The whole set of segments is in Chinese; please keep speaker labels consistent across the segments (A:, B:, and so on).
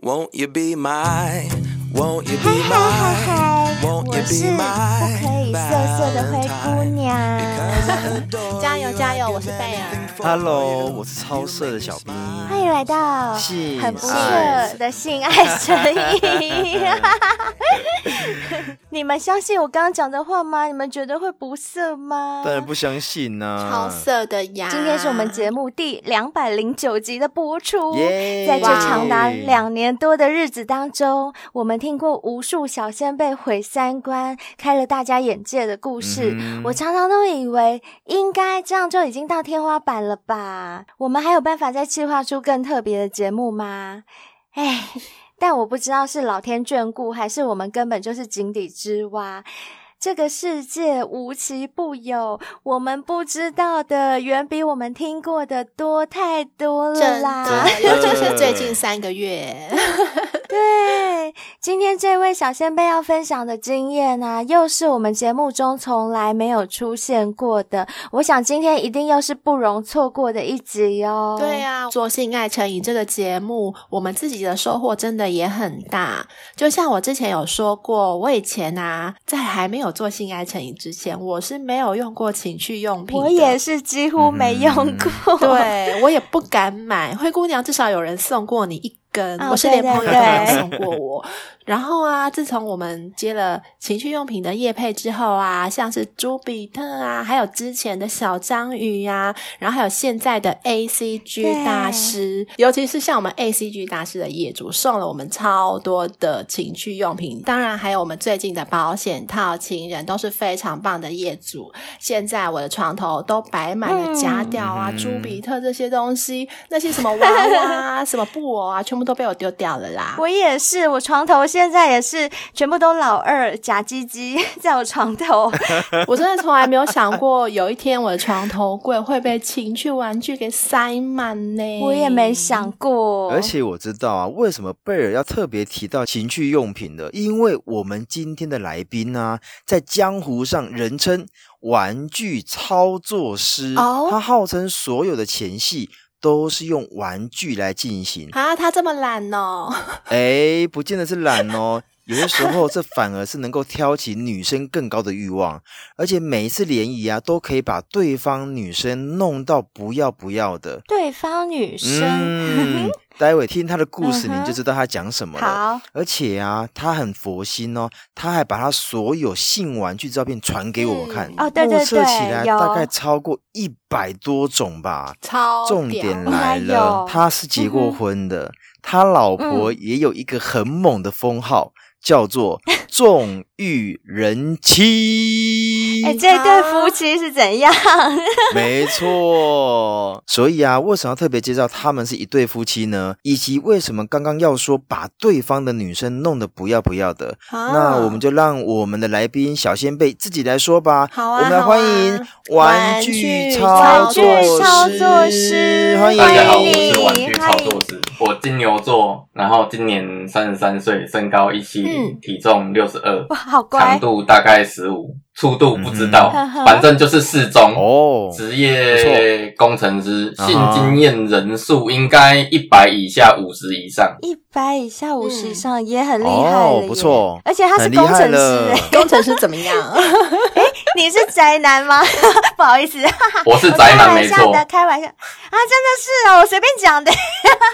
A: Won't you be my? Won't you
B: 嗨
A: be
B: 嗨
A: my?
B: 嗨嗨！
A: Won't
B: 我
A: you
B: 是
A: be
B: 不
A: my?
B: 可以色色的灰姑
A: Valentine?
B: 娘。
A: Because I adore
C: 加油
A: you,
C: 加
A: I'd
C: 油！
A: give
C: 我是贝尔
A: anything。for
D: Hello，
A: you.
D: 我是超色的小兵。
B: 欢迎来到
D: 性
B: 很不
D: 爱
B: 错的性爱神医。你们相信我刚刚讲的话吗？你们觉得会不色吗？
D: 当然不相信呢、
C: 超色的呀！
B: 今天是我们节目第两百零九集的播出。
D: 耶
B: 在这长达
D: 哇哦
B: 两年多的日子当中，我们听过无数小先辈毁三观、开了大家眼界的故事。
D: 嗯哼
B: 我常常都以为，应该这样就已经到天花板了吧？我们还有办法再计划出更特别的节目吗？哎，但我不知道是老天眷顾，还是我们根本就是井底之蛙。这个世界无奇不有，我们不知道的远比我们听过的多太多了
C: 真
B: 啦。嗯
C: 的，
D: 真
C: 尤
D: 的
C: 其是最近三个月，
B: 对，今天这位小先辈要分享的经验呢、又是我们节目中从来没有出现过的。我想今天一定又是不容错过的一集哦。
C: 对、啊，做性爱成瘾这个节目，我们自己的收获真的也很大。就像我之前有说过，我以前啊，在还没有做性爱成瘾之前，我是没有用过情趣用品的。
B: 我也是几乎没
D: 嗯
B: 用 过。
C: 对我也不敢买。灰姑娘至少有人送过你一根，
B: 哦
C: 我是连
B: 对对
C: 朋友都没
B: 对
C: 有送过我。 然后啊，自从我们接了情趣用品的业配之后啊，像是朱比特啊，还有之前的小章鱼啊，然后还有现在的 A C G
B: 对
C: 大师，尤其是像我们 A C G 大师的业主送了我们超多的情趣用品，当然还有我们最近的保险套、情人都是非常棒的业主。现在我的床头都摆满了假屌啊、
D: 嗯
C: 朱比特这些东西，那些什么娃娃啊、什么布偶啊，全部都被我丢掉了啦。
B: 我也是，我床头现在也是全部都老二假鸡鸡 在我床头，
C: 我真的从来没有想过，有一天我的床头柜会被情趣玩具给塞满呢。
B: 我也没想过。
D: 而且我知道啊，为什么贝尔要特别提到情趣用品的？因为我们今天的来宾呢、在江湖上人称“玩具操作师”，
C: 哦
D: 他号称所有的前戏都是用玩具来进行。
C: 啊，他这么懒哦。
D: 哎，不见得是懒哦，有些时候这反而是能够挑起女生更高的欲望，而且每一次联谊啊，都可以把对方女生弄到不要不要的。
B: 对方女生，
D: 嗯，待会听他的故事，
B: 啊嗯哼
D: 你就知道他讲什么了。
B: 好，
D: 而且啊，他很佛心哦，他还把他所有性玩具照片传给我们看，
B: 哦对对
D: 目测起
B: 对
D: 来
B: 有
D: 大概超过一百多种吧。
C: 超
D: 重
C: 屌啊
D: 点来
B: 应该有
D: 了，他是结过婚的，他老婆也有一个很猛的封号，叫做“纵欲人妻
B: 哎、”。这对夫妻是怎样？
D: 没错，所以啊，为什么要特别介绍他们是一对夫妻呢？以及为什么刚刚要说把对方的女生弄得不要不要的？
C: 啊
D: 那我们就让我们的来宾小先辈自己来说吧。
C: 好啊
D: 我们来欢迎玩具
C: 玩具
B: 操
D: 操
B: 作师
D: 作师，
B: 欢迎
D: 欢
E: 大家好，我
D: 迎
E: 是玩具
B: 嗨
E: 操作师，我金牛座，然后今年三十三岁，身高一七零
C: 嗯，
E: 体重六十二
B: 哇，，好乖
E: 长，度大概十五，粗度不知道
B: 嗯哼，
E: 反正就是适中。
D: 哦，
E: 职
D: 不
E: 业工程师，
D: 啊哈
E: 性经验人数应该一百以下，五十以上。
B: 一百以下五十
C: 嗯
B: 以上也很厉害了
D: 哦
B: 耶
D: 不错
B: 而且他是
D: 很厉
B: 工
D: 害
B: 程师、
D: 了
B: 哎，
C: 工程师怎么样？
B: 你是宅男吗？ 不好意思，
E: 我是
B: 我
E: 宅
B: 开
E: 男，
B: 玩
E: 没
B: 笑
E: 错，
B: 的，开玩笑啊，真的是哦，我随便讲的，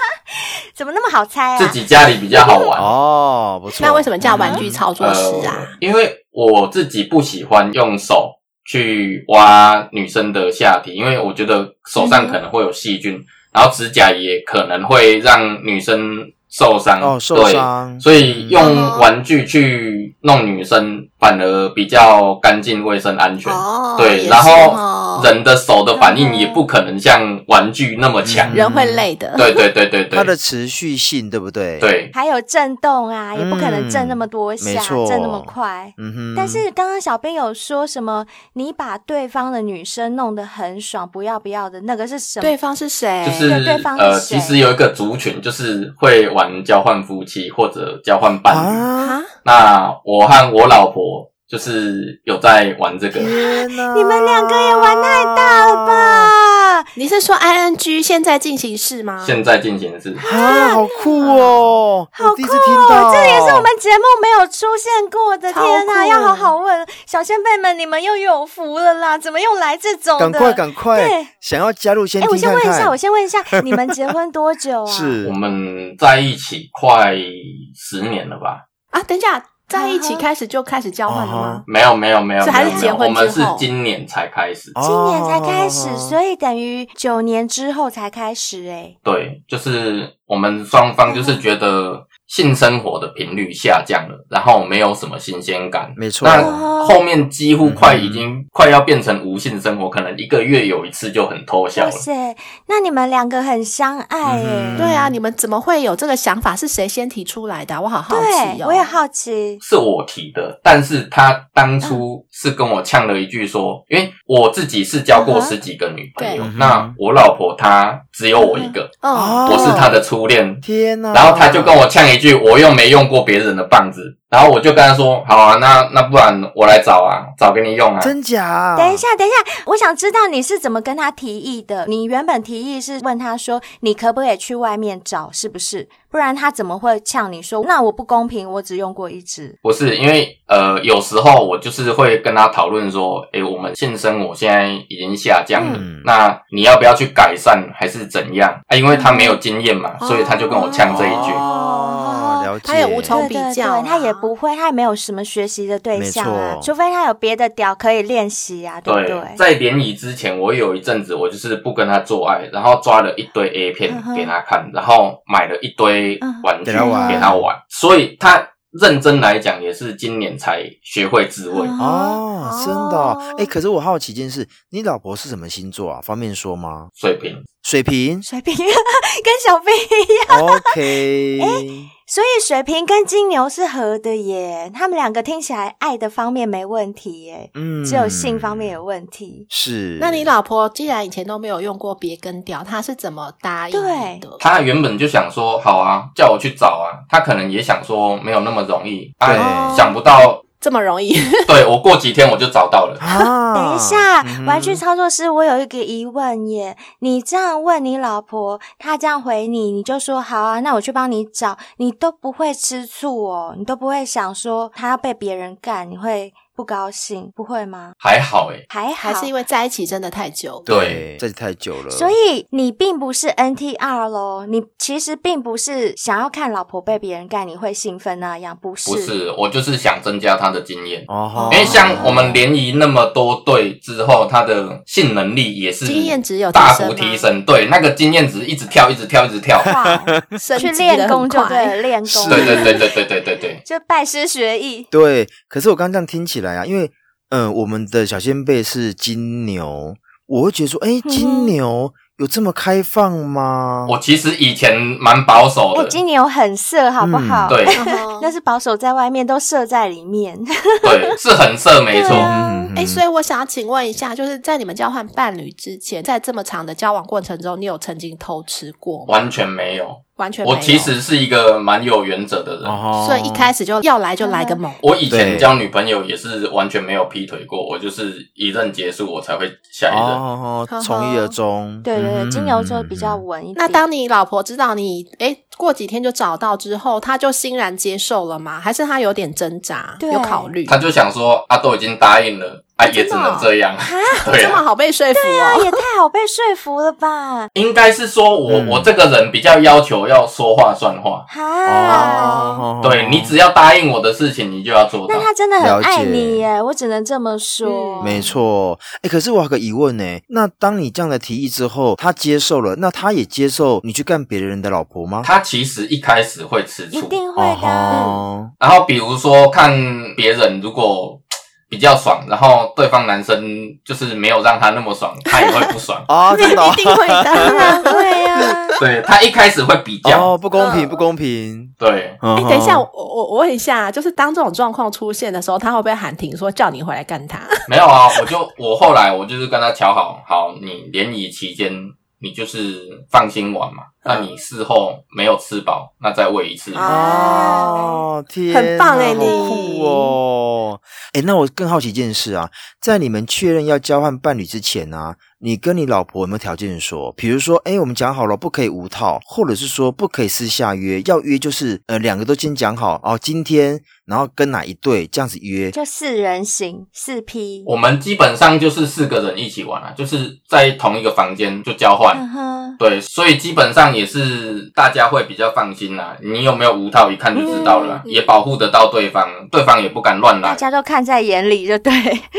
B: 怎么那么好猜
E: 自
B: 啊？
E: 己家里比较好玩。
D: 哦，不错。
C: 那为什么叫玩
D: 嗯
C: 具操作
E: 呃
C: 师啊？，
E: 因为我自己不喜欢用手去挖女生的下体，因为我觉得手上可能会有细
C: 嗯
E: 菌，然后指甲也可能会让女生受伤。
D: 哦，受
E: 对，
D: 伤，
E: 所以
C: 嗯
E: 用玩具去弄女生，反而比较干净、卫生、安全。
C: 哦，也
E: 对，
C: 是
E: 然
C: 哦嗯
E: 后人的手的反应也不可能像玩具那么强。
C: 人会累的。
E: 对对对对
D: 嗯它的
E: 对
D: 持续性，对不对？，
E: 对，
B: 还有震动啊，也不可能震那么多
D: 嗯
B: 下，
D: 没错
B: 震那么快。
D: 嗯哼。
B: 但是刚刚小编有说什么？你把对方的女生弄得很爽，不要不要的那个是什么？
C: 对方是谁？
E: 就是
B: 对对方是
E: 呃，
B: 谁
E: 其实有一个族群就是会玩交换夫妻或者交换伴侣。
D: 啊，
C: 啊，
E: 那我和我老婆就是有在玩这个，
D: 天哪！
B: 你们两个也玩太大了吧？
C: 你是说 I N G 现在进行式吗？
E: 现在进行式，
D: 啊，好酷哦！
B: 好
D: 我第
B: 酷
D: 一次听
B: 哦！
D: 到，
B: 这个也是我们节目没有出现过的，
C: 超
B: 天哪！
C: 酷
B: 要好好问小先辈们，你们又有福了啦！怎么又来这种的？
D: 赶快赶
B: 对
D: 快，想要加入先
B: 哎、我
D: 听
B: 先
D: 看
B: 问一下，我
D: 看。
B: 先问一下， 你们结婚多久啊？
E: 我
D: 是
E: 们在一起快十年了吧？
C: 啊，等一下，在一起
B: 啊哈
C: 开始就开始交换了
D: 啊
C: 吗？
E: 没有没有没有，
C: 所以还是
E: 没有
C: 结婚
E: 我们
C: 之
E: 是
C: 后
E: 今年才开始。
B: 今年才开始，
D: 以
B: 所以等于九年之后才开始、哎
E: 对，就是我们双方就是觉得性生活的频率下降了，然后没有什么新鲜感。
D: 没错。
B: 哦
D: 嗯
E: 那后面几乎快已经快要变成无性生活，可能一个月有一次就很偷
B: 哎，
E: 笑
B: 哇
E: 了。
B: 塞，那你们两个很相爱、
D: 嗯哼
B: 哎、
C: 对啊，你们怎么会有这个想法？是谁先提出来的啊、我好好奇
B: 对，
C: 哦。
B: 我也好奇，
E: 是我提的，但是他
B: 嗯
E: 当初是跟我呛了一句说，因为我自己是交过
B: 嗯哼
E: 十几个女朋友
D: 对
E: 那我老婆她只有我一个，
C: 嗯，
D: 哦
E: 我是她的初恋，
D: 天哪！
E: 然后他就跟我呛一句，我又没用过别人的棒子，然后我就跟他说，好啊，那那不然我来找啊，找给你用啊。
D: 真假啊？
B: 等一下，等一下，我想知道你是怎么跟他提议的。你原本提议是问他说，你可不可以去外面找，是不是？不然他怎么会呛你说，那我不公平，我只用过一支？
E: 不是因为呃，有时候我就是会跟他讨论说，诶，我们性生活现在已经下降了，
D: 嗯
E: 那你要不要去改善还是怎样？啊，因为他没有经验嘛，所以他就跟我呛这一句。
D: 哦，了解。
C: 他也无
B: 对对
C: 从比较
B: 对，
C: 啊
B: 他也不会，他也没有什么学习的对象啊
D: 没，错
B: 除非他有别的屌可以练习啊，对不
E: 对，在联谊之前，我有一阵子我就是不跟他做爱，然后抓了一堆 A 片
B: 嗯哼
E: 给他看，然后买了一堆
B: 嗯
E: 玩
D: 给
E: 具
D: 他玩
E: 给他玩，所以他认真来讲也是今年才学会自慰。
B: 嗯
D: 哦，真的哦
B: 哦
D: 哎、可是我好奇一件事，你老婆是什么星座啊？方便说吗？
E: 水平
D: 水瓶
B: 水瓶跟小兵一样，
D: ，OK，、
B: 所以水瓶跟金牛是合的耶。他们两个听起来爱的方面没问题耶，
D: 嗯，
B: 只有性方面有问题。
D: 是。
C: 那你老婆既然以前都没有用过别根屌，她是怎么答应你的？
E: 他原本就想说好啊，叫我去找啊，他可能也想说没有那么容易，啊，
D: 对
E: 想不到，
C: 这么容易？
E: 对我过几天我就找到了。
D: 啊，
B: 等一下，
D: 嗯哼
B: 玩具操作师，我有一个疑问耶。你这样问你老婆，她这样回你，你就说好啊，那我去帮你找。你都不会吃醋哦，你都不会想说她要被别人干，你会不高兴，不会吗？
E: 还好欸诶、
B: 还好，
C: 还是因为在一起真的太久了？
E: 对
D: 对，这太久了，
B: 所以你并不是 NTR 咯，你其实并不是想要看老婆被别人干你会兴奋那样，不是？
E: 不是，我就是想增加他的经验。
D: 哦吼，
E: 因为哎像我们联谊那么多队之后，他的性能力也
B: 嗯
E: 是
C: 经验值有提
E: 大
C: 升
E: 幅
C: 吗
E: 提升，对，那个经验值一直跳，一直跳，一直跳。
B: 哇，
C: 升
B: 去
C: 级得
B: 练
C: 很
B: 功就
C: 快
B: 对了，练功，
E: 对对对对对对对 对，
B: 就拜师学艺。
D: 对，可是我刚刚这样听起来啊，因为嗯、呃我们的小先辈是金牛，我会觉得说，哎，
B: 嗯哼
D: 金牛有这么开放吗？
E: 我其实以前蛮保守
B: 哎、
E: 的，
B: 金牛很色，好不好？
D: 嗯
E: 对
C: 哦
B: 那是保守在外面，都射在里面。
E: 对，是很色，没错
B: 对。啊
D: 嗯
C: 哎、所以我想要请问一下，就是在你们交换伴侣之前，在这么长的交往过程中，你有曾经偷吃过吗？
E: 完全没有，
C: 完全没有。
E: 我其实是一个蛮有原则的人。
D: 哦
C: 所以一开始就要来就来
B: 嗯
C: 个猛，
E: 我以前
D: 对
E: 交女朋友也是完全没有劈腿过，我就是一任结束我才会下一任。
D: 哦，从一而终，
B: 对对对，
D: 嗯
B: 金牛座比较。稳一点。
C: 那当你老婆知道你哎过几天就找到之后，她就欣然接受了吗？还是她有点挣扎，
B: 对
C: 有考虑？
E: 他就想说啊，都已经答应了，啊，也只能这样。 对
C: 这
E: 啊
C: 么好被说服
B: 啊，
C: 哦。
B: 也太好被说服了吧？
E: 应该是说我、
D: 嗯
E: 我这个人比较要求要说话算话，
C: 啊
B: 哈。
D: 哦
E: 对你只要答应我的事情，你就要做到
B: 那。他真的很
D: 了解
B: 爱你耶，我只能这么说。
C: 嗯
D: 没错，哎，可是我有个疑问呢，那当你这样的提议之后，他接受了，那他也接受你去干别人的老婆吗？
E: 他其实一开始会吃
B: 一
E: 醋，
B: 定会的啊。
D: 哦。
E: 然后比如说看别人如果比较爽，然后对方男生就是没有让他那么 爽，他也会不爽
D: 啊，真的哦
C: 一定会
B: 当
C: 的。
B: 然会啊。
E: 对他一开始会比较，
D: 哦，不公平，
C: 嗯
D: 不公平。
E: 对，
D: 哎
C: 哎，等一下，我我我问一下，啊就是当这种状况出现的时候，他会不会喊停说叫你回来干 他？
E: 没有啊，我就我后来我就是跟他瞧好，好，你联谊期间你就是放心玩嘛，
B: 嗯
E: 那你事后没有吃饱，那再喂一次。
C: 啊
D: 哦，天哪，
C: 很棒
E: 欸
C: 哎
D: 好
C: 你
D: 酷哦！哎，那我更好奇一件事啊，在你们确认要交换伴侣之前啊，你跟你老婆有没有条件说？比如说，哎，我们讲好了不可以无套，或者是说不可以私下约，要约就是呃两个都先讲好哦，今天然后跟哪一对这样子约，
B: 就四人行四批。
D: 哦
E: 我们基本上就是四个人一起玩啊，就是在同一个房间就交换。
B: 嗯哼，
E: 对，所以基本上也是大家会比较放心啦、你有没有无套，一看就知道了啊、
C: 嗯
E: 也保护得到对方，对方也不敢乱
B: 大
E: 来。
B: 家都看在眼里，就对。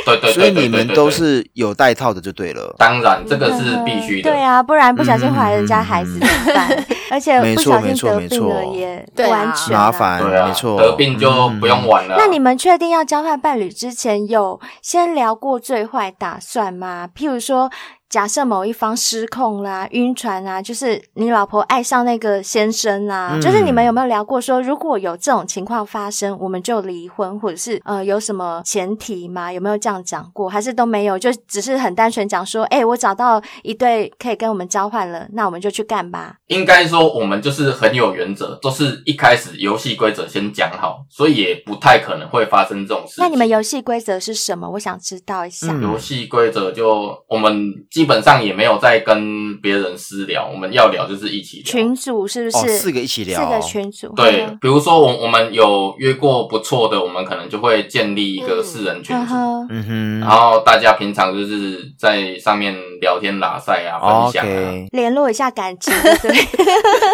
E: 对对对对
D: 所以
E: 对
D: 你们
E: 对
D: 都
E: 对
D: 是有带套的就对了。
E: 当然，这个是必须的。
B: 对啊，不然不小心怀人家孩子怎么 办？而且
D: 没
B: 不
D: 错
B: 小
D: 嗯没
B: 心
D: 错
B: 得
D: 没
B: 病了
D: 错
B: 也不
C: 对啊
B: 安全啊
D: 麻烦，
E: 对啊，
D: 嗯没错，
E: 得病就
D: 嗯
E: 不用。玩了啊。
B: 那你们确定要交换伴侣之前，有先聊过最坏打算吗？譬如说，假设某一方失控啦、晕船啊，就是你老婆爱上那个先生啦、
D: 嗯
B: 就是你们有没有聊过说，如果有这种情况发生，我们就离婚，或者是呃有什么前提吗？有没有这样讲过？还是都没有？就只是很单纯讲说，哎、我找到一对可以跟我们交换了，那我们就去干吧。
E: 应该说，我们就是很有原则，都是一开始游戏规则先讲好，所以也不太可能会发生这种事情。
B: 那你们游戏规则是什么？我想知道一下。
D: 嗯
E: 游戏规则就我们基本上也没有在跟别人私聊，我们要聊就是一起聊。
B: 群主是不
D: 哦
B: 是？
D: 四个一起聊
B: 四个群主。
E: 对
B: 嗯，
E: 比如说我我们有约过不错的，我们可能就会建立一个
C: 嗯
E: 四人群
B: 嗯
E: 组，
B: 哼，
D: 嗯
E: 然
D: 哼
E: 后大家平常就是在上面聊天拉塞啊，分享啊，
D: 哦，OK，
B: 联络一下感情，对不对，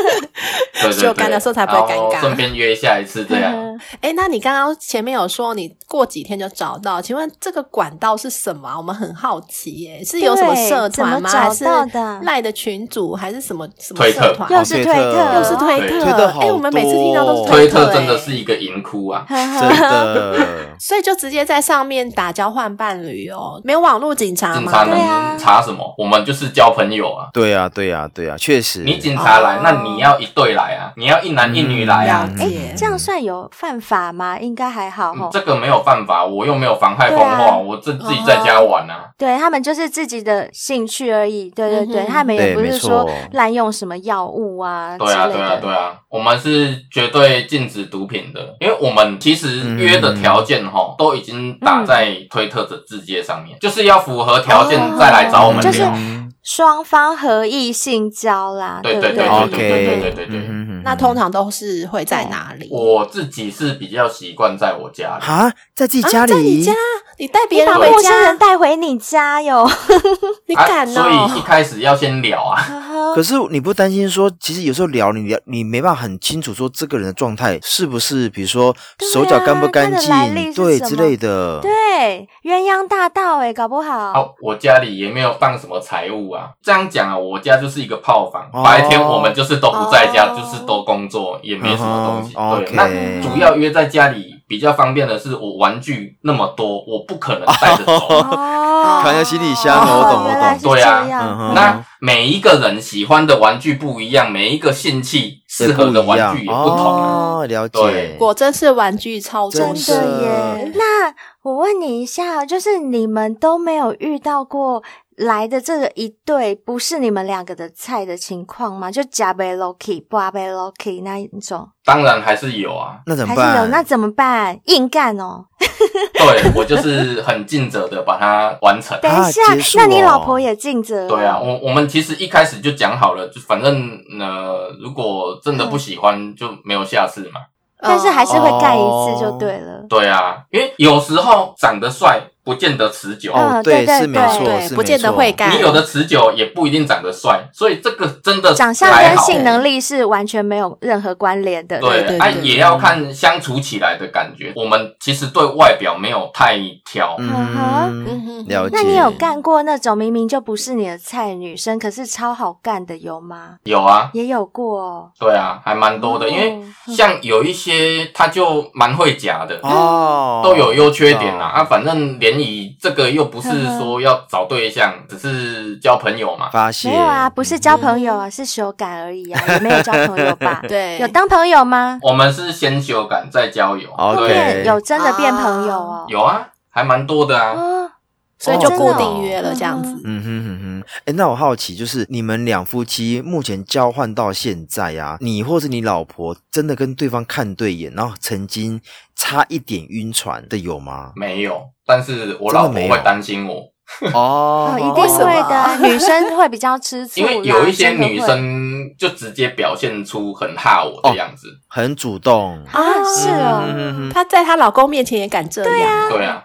E: 对对
C: 只有
E: 对，
C: 干的时候才不会尴尬
E: 然后顺便约下一次这
B: 嗯
E: 样。
C: 哎，那你刚刚前面有说你过几天就找到，请问这个管道是什么啊？我们很好奇耶，是有什么
B: 对
C: 社团吗？
B: 怎
C: 还
B: 么
C: 是
B: 找到的
C: 赖的群组，还是什么什么
E: 推特
C: 社团？
B: 又是推特，
C: 又是推
E: 对
C: 特，
D: 推特好
C: 哎，我们每次听到都是
D: 多
E: 推
C: 特，
E: 特真的
C: 哎，
E: 是一个银窟啊，
D: 真的
C: 所以就直接在上面打交换伴侣哦，没有网络警察
E: 警
D: 嗯
C: 吗？
E: 察
B: 对啊
E: 能查什么？我们就是交朋友啊。
D: 对呀，对呀，对呀，确实，
E: 你警察来
C: 哦，
E: 那你要一对来啊，你要一男一女来啊。
C: 了
B: 哎
C: 解，
B: 这样算有犯法吗？应该还好
E: 嗯
B: 吼。
E: 这个没有办法，我又没有妨害风
B: 对啊哦
E: 化，我自自己在家玩啊。
B: 对他们就是自己的兴趣而已，对对对，
C: 嗯哼
B: 他们也
D: 对
B: 不是
D: 没错
B: 说滥用什么药物啊之
E: 对啊，对啊，
B: 类
E: 对
B: 的。
E: 啊，我们是绝对禁止毒品的，因为我们其实约的条件哈，都已经打在推特的字界上面，就是要符合条件
B: 哦
E: 再来找我们
B: 就是
E: 聊。
B: 双方合意性交啦，
E: 对
B: 不
E: 对
B: 对
E: 对
D: ，OK，
E: 对对对对对
D: 嗯哼
C: 那通常都是会在哪里？
D: 嗯
E: 我自己是比较习惯在我家里，
D: 啊，在自己
C: 啊
D: 家
C: 在你
D: 里
C: 家，你带别
B: 你
C: 人
B: 把
C: 回
B: 陌生人
C: 家，
B: 带回你家哟。
C: 你
E: 啊
C: 敢
E: 所以一
C: 哦？
E: 开始要先聊啊。
D: 可是你不担心说，其实有时候聊你聊，你没办法很清楚说这个人的状态是不是，比如说
B: 对啊
D: 手脚干不干
B: 他的来历
D: 净，
B: 是
D: 对
B: 什
D: 之
B: 么
D: 类的，
B: 对，鸳鸯大道哎，搞不好。
E: 哦，我家里也没有放什么财物啊。这样讲啊，我家就是一个炮房，
D: 哦
E: 白天我们就是都不在家，
C: 哦
E: 就是都工作，也没什么东西。
D: 嗯哼
E: 对
D: OK
E: 那主要约在家里比较方便的是，我玩具那么多，我不可能带着走。
B: 哦
D: 扛在行李箱，我懂
B: 原来
D: 我
B: 是
D: 懂，
E: 对啊
B: 这样
D: 嗯哼
E: 那每一个人喜欢的玩具不一样，每一个性器适合的玩具也不同啊。
D: 哦，了解
E: 对，
C: 果真是玩具超
D: 真
C: 重
D: 的，
C: 视
B: 真的耶。那我问你一下，就是你们都没有遇到过来的这个一对不是你们两个的菜的情况吗？就假贝 Loki、不阿贝 Loki 那一种，
E: 当然还是有啊
D: 那怎
B: 还
D: 么
B: 是有？那
D: 办？
B: 怎么办？硬干哦！
E: 对我就是很尽责的把它完成。
B: 等一下
D: 结，束
B: 那你
D: 哦
B: 老婆也尽责？
E: 对啊，，我我们其实一开始就讲好了，就反正呃，如果真的不喜欢
B: 嗯
E: 就没有下次嘛。
B: 但是还是
C: 哦
B: 会干一次就对了。
E: 对啊，因为有时候长得帅不见得持久，
D: 哦，
B: 嗯对对
D: 是没
B: 对
D: 错，
C: 对，
D: 是
C: 不
D: 没
C: 见得
D: 错
C: 会干。
E: 你有的持久也不一定长得帅，所以这个真的
B: 长相
E: 还
B: 跟
E: 好哦
B: 性能力是完全没有任何关联的。
C: 对对
E: 对，啊，
C: 对
E: 也要看相处起来的感觉。我们其实对外表没有太挑，
B: 嗯
D: 嗯，
C: 嗯？，
D: 了解
B: 那你有干过那种明明就不是你的菜的女生，可是超好干的有吗？
E: 有啊，
B: 也有过哦。
E: 对啊，还蛮多的。
B: 哦
E: 因为像有一些他就蛮会假的，
D: 哦，
E: 都有优缺点啦。
D: 知道
E: 啊，反正联谊这个又不是说要找对象，只是交朋友嘛。
D: 发现
B: 没有啊，不是交朋友啊，是修改而已啊，也没有交朋友吧
C: 嗯 对，
B: 有当朋友吗？
E: 我们是先修改再交友，
D: 哦 OK
B: 后
E: 对，
B: 面有真的变朋友哦。
E: 有啊，还蛮多的啊。
B: 哦，
C: 所以就
D: 哦
C: 固
D: 真的哦
C: 定约了这样子。
D: 嗯哼哼哼，哎，那我好奇，就是你们两夫妻目前交换到现在啊，你或是你老婆真的跟对方看对眼，然后曾经差一点晕船的有吗？
E: 没有，但是我
D: 真的
E: 老婆
D: 没有
E: 会担心我，
D: 哦
B: 哦，一
C: 为什
B: 定
C: 么
B: 会的， 女生会比较吃醋
E: 因
B: 啦，
E: 为有一些
B: 真的
E: 女
B: 会
E: 生就直接表现出很怕我的样子，
D: 很主动。
B: 啊，是
D: 嗯
B: 哦，
D: 哼哼
C: 她在她老公面前也敢这样，
E: 对啊，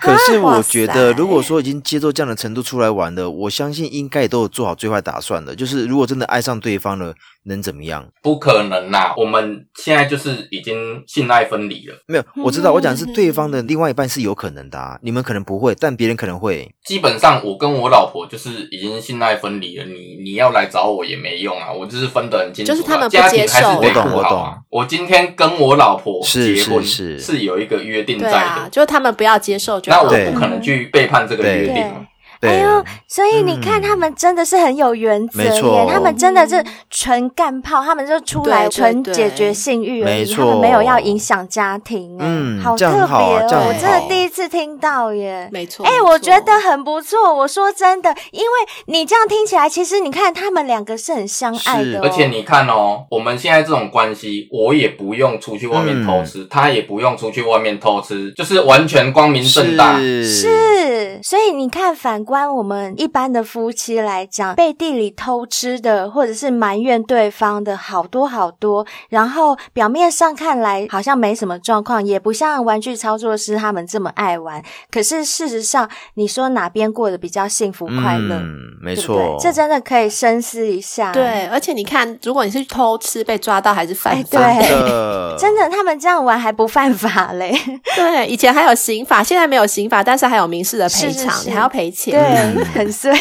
D: 可是我觉
C: 哇
D: 得，
C: 塞
D: 如果说已经接受这样的程度出来玩的，我相信应该也都有做好最坏打算的。就是如果真的爱上对方了，能怎么样？
E: 不可能啦！我们现在就是已经信赖分离了，
D: 没有，我知道，我讲的是对方的另外一半是有可能的、啊，你们可能不会，但别人可能会。
E: 基本上我跟我老婆就是已经信赖分离了，你你要来找我也没用啊，我就是分得很清楚啊、
C: 就是他们不
E: 家庭
C: 接
E: 还
C: 受
E: 是得
D: 我懂
E: 顾好啊
D: 我懂。
E: 我今天跟我老婆
D: 是
E: 结婚
D: 是是
E: 有一个约定在
C: 对
E: 的，
C: 啊，就他们不要接受就
E: 那
C: 好
E: 我
D: 对
E: 不可能去背叛这个
D: 对
E: 约定嘛
B: 对。。
D: 对，啊
B: 哎呦所以你看，
D: 嗯
B: 他们真的是很有原则
D: 没错
B: 耶，他们真的是纯干炮，他们就出来
C: 对对
B: 纯
C: 对
B: 解决性欲而
D: 没
B: 已，
D: 错
B: 他们没有要影响家庭，哎
D: 嗯
B: 好
D: 这
B: 特
D: 样
B: 别
D: 好啊
B: 哦
D: 这样，
B: 我真的
D: 好
B: 第一次听到耶。
C: 没错，
B: 哎、
C: 没错
B: 我觉
D: 嗯
B: 得很不错。我说真的，因为你这样听起来，其实你看他们两个是很相爱
D: 是
B: 的、哦，
C: 啊
E: 而且你看哦，我们现在这种关系，我也不用出去外面偷吃，
D: 嗯
E: 他也不用出去外面偷吃，就是完全光明正大。
D: 是
B: 是，所以你看，反观我们一般的夫妻来讲，背地里偷吃的，或者是埋怨对方的好多好多，然后表面上看来好像没什么状况，也不像玩具操作师他们这么爱玩。可是事实上，你说哪边过得比较幸福快乐？
D: 嗯，没
B: 对不
D: 错
B: 对，这真的可以深思一下。，
C: 对，而且你看，如果你是偷吃被抓到，还是犯法。
B: 哎对
D: 的
B: 真的，他们这样玩还不犯法嘞。
C: 对以前还有刑法，现在没有刑法，但是还有民事的赔
B: 是是
C: 偿，
B: 是
C: 你还要赔钱。
D: 嗯
B: 对，很衰。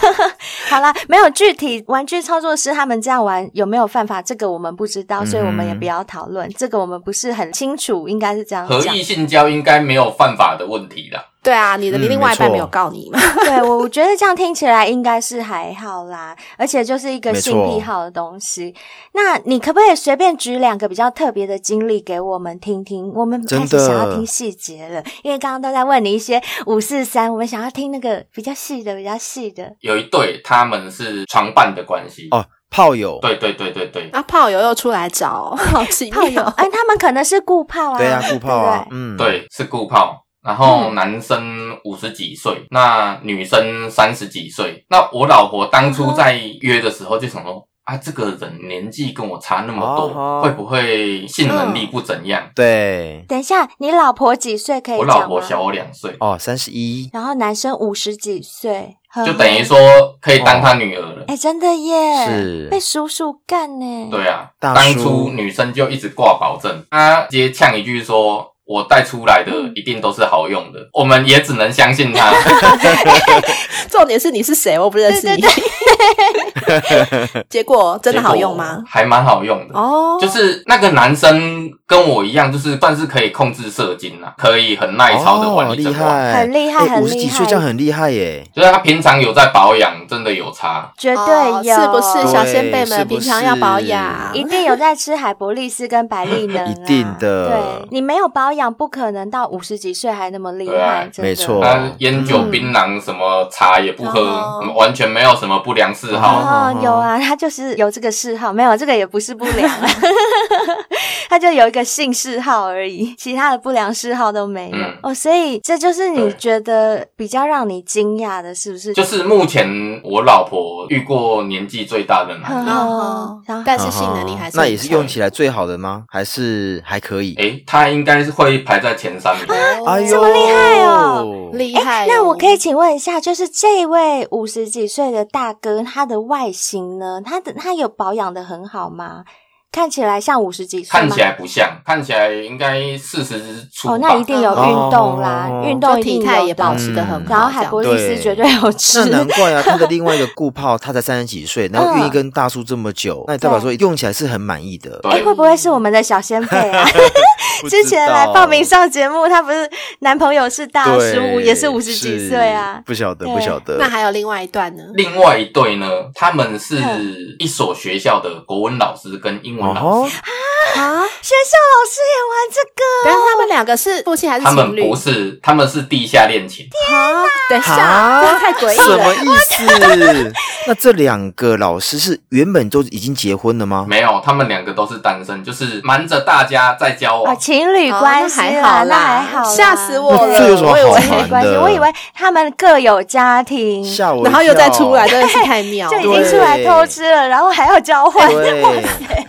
B: 好啦，没有具体玩具操作师他们这样玩有没有犯法，这个我们不知道，所以我们也不要讨论。这个我们不是很清楚，应该是这样
E: 合
B: 讲
E: 意。性交应该没有犯法的问题啦。
C: 对啊，你的
D: 嗯
C: 另外一半
D: 没错
C: 没有告你嘛？
B: 对我，我觉得这样听起来应该是还好啦，而且就是一个
D: 没
B: 性
D: 错
B: 癖好的东西。那你可不可以随便举两个比较特别的经历给我们听听？我们开始
D: 真的
B: 想要听细节了，因为刚刚都在问你一些五四三，我们想要听那个比较细的、比较细的。
E: 有一对他们是床伴的关系，
D: 哦，炮友，
E: 对对对对对，
C: 啊，炮友又出来 找，好奇
B: 炮友
C: 妙，。
B: 哎，他们可能是固炮啊，
D: 对啊，顾炮啊，
B: 对
D: 嗯，，
E: 对是顾炮。然
C: 嗯
E: 后男生五十几岁，那女生三十几岁。那我老婆当
C: 嗯
E: 初在约的时候就想说，啊，这个人年纪跟我差那么多，
C: 啊
D: 哦
E: 会不会性能
C: 嗯
E: 力不怎样？
D: 对，
B: 等一下，你老婆几岁可以
E: 我
B: 讲吗？
E: 老婆小我两
C: 嗯
E: 岁，
D: 哦，三十一，
B: 然后男生五十几岁，呵呵
E: 就等于，说可以当
C: 哦
E: 他女儿了。
B: 哎、真的耶，
D: 是
B: 被叔叔干呢。
E: 对啊，
D: 大
E: 当
D: 叔
E: 初女生就一直挂保证，她直接呛一句说：“我带出来的
C: 嗯
E: 一定都是好用的。”我们也只能相信她。
C: 重点是你是谁，我不认识你。 结果 真的好用吗？？
E: 还蛮好用的。
C: 哦，
E: 就是那个男生跟我一样，就是算是可以控制射精啦，可以很耐操的玩
D: 哦，
E: 一
D: 厉
E: 整晚。
D: 害，
B: 很厉害很
D: 五十
B: 厉
D: 几
B: 害
D: 岁这样很厉害耶，
E: 就是他平常有在保养，真的有差。
B: 绝
C: 哦
B: 对有，
C: 是不是小先辈
D: 对
C: 们
D: 是不
C: 平常要保养
D: 是？
B: 一定有在吃海博利斯跟 百利能、啊，
D: 一定的
B: 对你没有保养，不可能到五十几岁还那么厉
E: 对啊
B: 害。真的
D: 没错
E: 他烟酒、
B: 嗯
E: 槟榔、什么茶也不喝
C: 哦，
E: 完全没有什么不良嗜好。
B: 哦，有啊，他就是有这个嗜好，没有这个也不是不良 啊，他就有一个性嗜好而已，其他的不良嗜好都没有。
E: 嗯
B: 哦，所以这就是你
E: 对
B: 觉得比较让你惊讶的，是不是？
E: 就是目前我老婆遇过年纪最大的男
B: 嗯
E: 人，
C: 哦
B: 然后，
C: 但是性能力还是
D: 嗯那也是用
C: 很啊
D: 起来最好的吗？还是还可以？
E: 诶，他应该是会排在前三名。
B: 嗯
C: 强
D: 哎呦，
B: 这么厉害哦
C: 厉害哦。
B: 那我可以请问一下，就是这位五十几岁的大哥，他的外形呢？他的他有保养的很好吗？看起来像五十几岁吗？
E: 看起来不像，看起来应该四十出吧。
B: 哦，那一定有运动啦，
D: 哦
B: 运
C: 就
B: 动一定
C: 体
B: 有
C: 态也
B: 的
C: 保
D: 嗯
C: 持的很好，
B: 然后海博
C: 这
B: 利
C: 样
B: 斯
D: 对
B: 绝对有吃
D: 那。难怪啊，他的另外一个顾炮，他才三十几岁，然后愿意跟大叔这么久，那代表说用起来是很满意的。
B: 哎、
E: 对
B: 会不会是我们的小先辈啊？
D: 不知 道
B: 之前来报名上节目，他不是男朋友是大叔，
D: 对
B: 也是五十几岁啊
D: 是。不晓得，
B: 对
D: 不晓得。
C: 那还有另外一段呢？
E: 另外一对呢，他们是
B: 嗯
E: 一所学校的国文老师跟英文老
D: 哦
E: 师，，
C: 啊，
B: 学校老师也玩这个，
C: 但是他们两个是夫妻还是
E: 他们
C: 情侣？
E: 不是，他们是地下恋情。
C: 啊，等一下，
D: 啊
C: 这太诡异
D: 什么
C: 了。
D: 意思？ 那这两个老师是原本都已经结婚了吗？
E: 没有，他们两个都是单身，就是瞒着大家在交
B: 哦，
E: 往。
B: 情侣关系
C: 哦还
B: 啦
C: 好
B: 那还好啦，
C: 吓死我
D: 那
C: 了！
D: 这有什么
C: 我以
D: 好
C: 为
B: 情侣
D: 瞒
B: 关系，
D: 的
B: 我以为他们各有家庭，就
D: 吓我一跳！
C: 然后又再出来， 真的是太妙
B: 已
C: 了，
B: 经出来偷吃了，然后还要交
C: 哎
D: 嗯
B: 换，
D: 对，